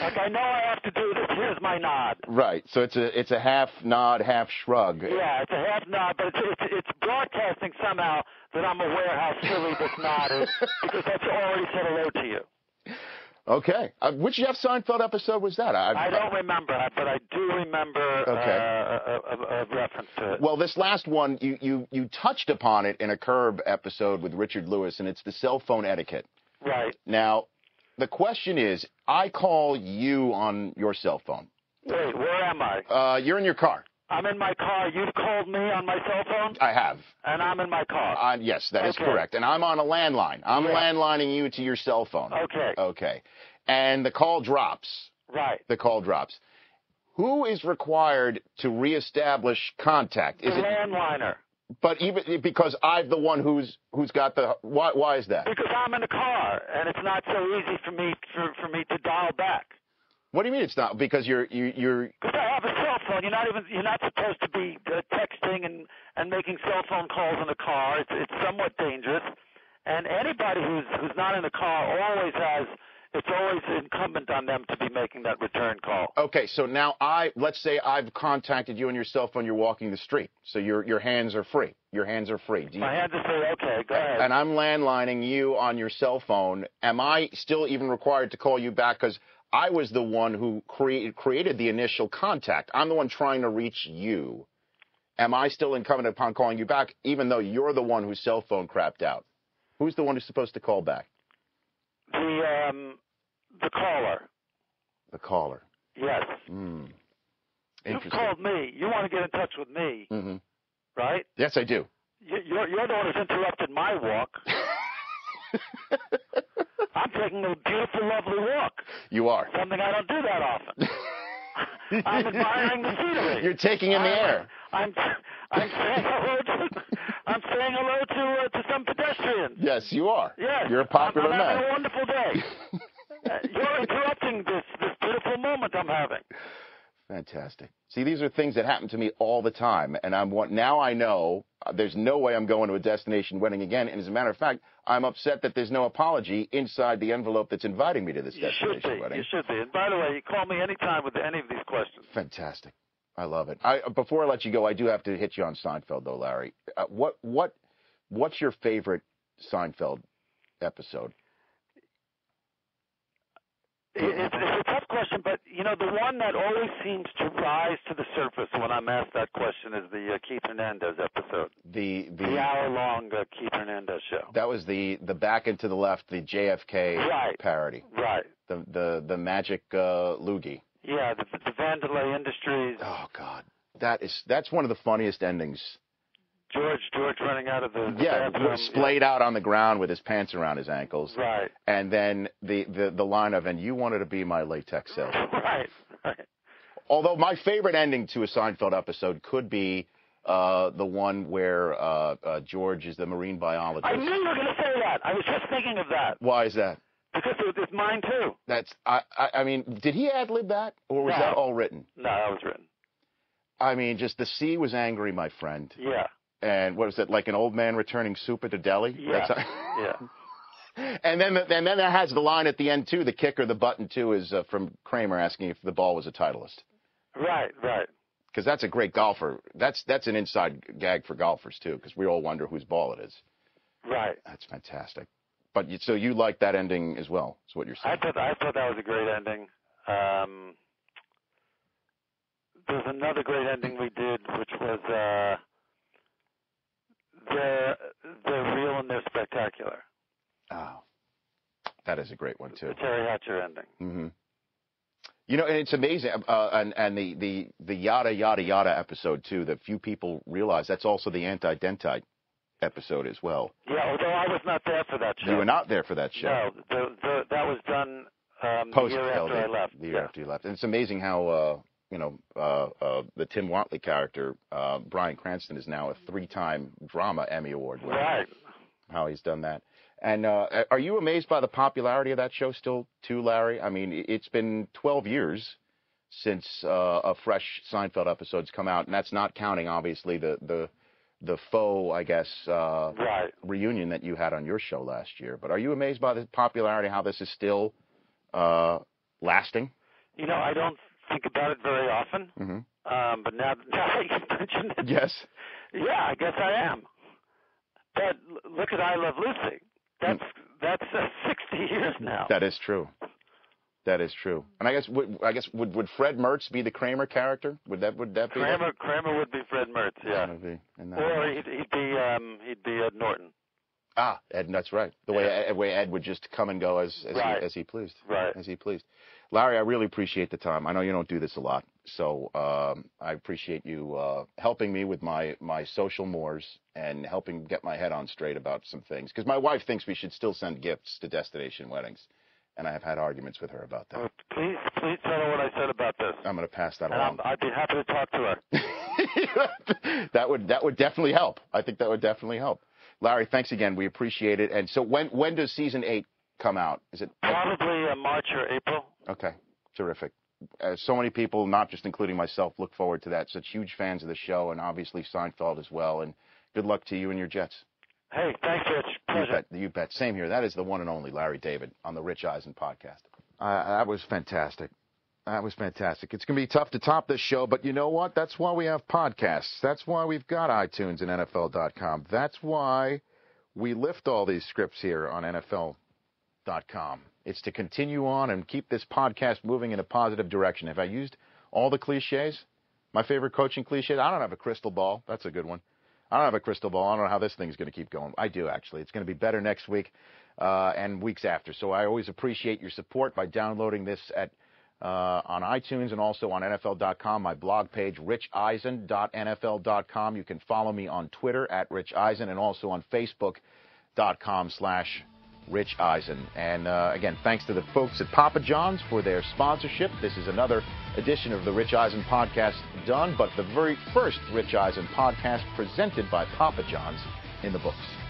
Speaker 12: Like, I know I have to do this, here's my nod.
Speaker 1: Right. So it's a it's a half nod, half shrug.
Speaker 12: Yeah, it's a half nod, but it's, it's, it's broadcasting somehow that I'm aware how silly this nod is, because that's already said hello to you.
Speaker 1: Okay. Uh, which Jeff Seinfeld episode was that?
Speaker 12: I don't remember, but I do remember
Speaker 1: Okay.
Speaker 12: uh, a, a, a reference to it.
Speaker 1: Well, this last one, you, you, you touched upon it in a Curb episode with Richard Lewis, and it's the cell phone etiquette.
Speaker 12: right.
Speaker 1: Now, the question is, I call you on your cell phone.
Speaker 12: Wait, where am I?
Speaker 1: Uh, you're in your car.
Speaker 12: I'm in my car. You've called me on my cell phone,
Speaker 1: I have.
Speaker 12: and I'm in my car.
Speaker 1: I, yes, that is
Speaker 12: Okay.
Speaker 1: correct. And I'm on a landline. I'm
Speaker 12: Yeah.
Speaker 1: landlining you to your cell phone.
Speaker 12: Okay.
Speaker 1: Okay. And the call drops.
Speaker 12: Right.
Speaker 1: The call drops. Who is required to reestablish contact?
Speaker 12: The
Speaker 1: Is it?
Speaker 12: landliner.
Speaker 1: But even because I'm the one who's who's got the. Why, why is that?
Speaker 12: Because I'm in the car, and it's not so easy for me for, for me to dial back.
Speaker 1: What do you mean it's not? Because you're you, you're
Speaker 12: Because I have a cell phone. You're not even you're not supposed to be uh, texting and and making cell phone calls in the car. It's it's somewhat dangerous. And anybody who's who's not in the car always has. It's always incumbent on them to be making that return call.
Speaker 1: okay. So now I let's say I've contacted you on your cell phone. You're walking the street, so your your hands are free. Your hands are free. Do you-
Speaker 12: My hands are free. Okay, go ahead.
Speaker 1: and I'm landlining you on your cell phone, am I still even required to call you back? Because I was the one who created created the initial contact. I'm the one trying to reach you. Am I still incumbent upon calling you back, even though you're the one whose cell phone crapped out? Who's the one who's supposed to call back?
Speaker 12: The um the caller.
Speaker 1: The caller.
Speaker 12: Yes.
Speaker 1: Mm.
Speaker 12: You've
Speaker 1: Interesting.
Speaker 12: called me. You want to get in touch with me,
Speaker 1: Mhm.
Speaker 12: right?
Speaker 1: Yes, I do.
Speaker 12: You- You're, you're the one who's interrupted my walk. I'm taking a beautiful, lovely walk.
Speaker 1: You are.
Speaker 12: Something I don't do that often. I'm admiring the scenery.
Speaker 1: You're taking in the
Speaker 12: I'm-
Speaker 1: air.
Speaker 12: Ah, I'm I'm saying hello to I'm saying hello to uh, to some pedestrians.
Speaker 1: Yes, you are.
Speaker 12: Yes.
Speaker 1: You're a popular
Speaker 12: I'm, I'm
Speaker 1: man.
Speaker 12: having a wonderful day. Uh, You're interrupting this this beautiful moment I'm having.
Speaker 1: Fantastic. See, these are things that happen to me all the time, and I'm what now I know uh, there's no way I'm going to a destination wedding again. And as a matter of fact, I'm upset that there's no apology inside the envelope that's inviting me to this
Speaker 12: You should
Speaker 1: destination
Speaker 12: be.
Speaker 1: wedding.
Speaker 12: You should be. And by the way, you call me anytime with any of these questions.
Speaker 1: Fantastic. I love it. I, before I let you go, I do have to hit you on Seinfeld, though, Larry. Uh, what what what's your favorite Seinfeld episode?
Speaker 12: It- It's, it's a tough question, but you know the one that always seems to rise to the surface when I'm asked that question is the uh, Keith Hernandez episode,
Speaker 1: The the,
Speaker 12: the, hour-long uh, Keith Hernandez show.
Speaker 1: that was the the back and to the left, the JFK
Speaker 12: Right.
Speaker 1: parody,
Speaker 12: Right.
Speaker 1: the the the magic uh, loogie.
Speaker 12: Yeah, the, the Vandalay Industries.
Speaker 1: Oh God, that is that's one of the funniest endings.
Speaker 12: George George running out of the the
Speaker 1: Yeah,
Speaker 12: bathroom.
Speaker 1: splayed out on the ground with his pants around his ankles,
Speaker 12: Right.
Speaker 1: and then the the, the line of "and you wanted to be my latex salesman."
Speaker 12: Right. Right.
Speaker 1: Although my favorite ending to a Seinfeld episode could be uh, the one where uh, uh, George is the marine
Speaker 12: I
Speaker 1: biologist.
Speaker 12: knew you were going to say that. I was just thinking of that
Speaker 1: Why is that?
Speaker 12: because it, it's mine too.
Speaker 1: That's I I, I mean, did he ad lib that or was
Speaker 12: No.
Speaker 1: that all written?
Speaker 12: No, that was written.
Speaker 1: I mean, just the sea was angry, my friend.
Speaker 12: Yeah.
Speaker 1: And what is it like an old man returning soup at the deli?
Speaker 12: Yeah.
Speaker 1: That's-
Speaker 12: yeah.
Speaker 1: And then, the, and then that has the line at the end too. The kicker, the button too, is uh, from Kramer asking if the ball was a titleist,
Speaker 12: Right. Right.
Speaker 1: because that's a great golfer. That's that's an inside gag for golfers too, because we all wonder whose ball it is.
Speaker 12: Right.
Speaker 1: That's fantastic. But you, so you like that ending as well? Is what you're
Speaker 12: I
Speaker 1: saying?
Speaker 12: thought I thought that was a great ending. Um, there's another great ending we did, which was uh, they're they're real and they're spectacular.
Speaker 1: Oh, that is a great one too.
Speaker 12: The Terry Hatcher ending.
Speaker 1: hmm You know, and it's amazing. Uh, and and the, the the yada yada yada episode too. That few people realize that's also the anti-dentite episode as well.
Speaker 12: Yeah, although I was not there for that show.
Speaker 1: You were not there for that show.
Speaker 12: No, the, the, that was done um, the
Speaker 1: post
Speaker 12: year after I
Speaker 1: LD,
Speaker 12: left.
Speaker 1: The year after you left, and it's amazing how uh, you know uh, uh, the Tim Watley character, uh, Brian Cranston, is now a three-time drama Emmy Award winner.
Speaker 12: Right.
Speaker 1: How he's done that. And uh, are you amazed by the popularity of that show still, too, Larry? I mean, i- it's been 12 years since uh, a fresh Seinfeld episode's come out, and that's not counting obviously the the the faux, I guess, uh,
Speaker 12: Right.
Speaker 1: reunion that you had on your show last year. But are you amazed by the popularity? How this is still uh, lasting?
Speaker 12: You know, I don't think about it very often,
Speaker 1: hmm
Speaker 12: um, but now, now that you mentioned it,
Speaker 1: Yes.
Speaker 12: yeah, I guess I am. But l- look at I Love Lucy. That's that's uh, 60 years now.
Speaker 1: Mm. That is true. That is true. And I guess would, I guess would would Fred Mertz be the Kramer character? Would that would that be that-
Speaker 12: Kramer Kramer would be Fred Mertz, yeah.
Speaker 1: Would be in that
Speaker 12: Or he'd, he'd be um, he'd be Ed Norton.
Speaker 1: Ah, Ed, that's right. The way the way Ed would just come and go as as,
Speaker 12: Right.
Speaker 1: he, as he pleased.
Speaker 12: Right.
Speaker 1: As he pleased. Larry, I really appreciate the time. I know you don't do this a lot, so um, I appreciate you uh, helping me with my my social mores and helping get my head on straight about some things. Because my wife thinks we should still send gifts to destination weddings, and I have had arguments with her about that.
Speaker 12: Please please tell her what I said about this.
Speaker 1: I'm going to pass that
Speaker 12: Oh. And I'm,
Speaker 1: along.
Speaker 12: I'd be happy to talk to her.
Speaker 1: that would that would definitely help. I think that would definitely help. Larry, thanks again. We appreciate it. And so when when does season eight come out? Is it
Speaker 12: Probably uh, March or April.
Speaker 1: okay? Terrific. uh, so many people, not just including myself, look forward to that. Such huge fans of the show, and obviously Seinfeld as well. And good luck to you and your Jets.
Speaker 12: Hey, thanks, Rich.
Speaker 1: You bet. You bet. Same here. That is the one and only Larry David on the Rich Eisen podcast. Uh, that was fantastic. That was fantastic. It's going to be tough to top this show, but you know what? That's why we have podcasts. That's why we've got iTunes and NFL.com. That's why we lift all these scripts here on NFL.com. It's to continue on and keep this podcast moving in a positive direction. Have I used all the cliches? My favorite coaching cliche? I don't have a crystal ball. That's a good one. I don't have a crystal ball. I don't know how this thing's going to keep going. I do, actually. It's going to be better next week uh, and weeks after. So I always appreciate your support by downloading this at uh, on iTunes and also on NFL.com, my blog page, richeisen.nfl.com. You can follow me on Twitter at Rich Eisen and also on Facebook.com slash Rich Eisen. And uh, again, thanks to the folks at Papa John's for their sponsorship. This is another edition of the Rich Eisen podcast done, but the very first Rich Eisen podcast presented by Papa John's in the books.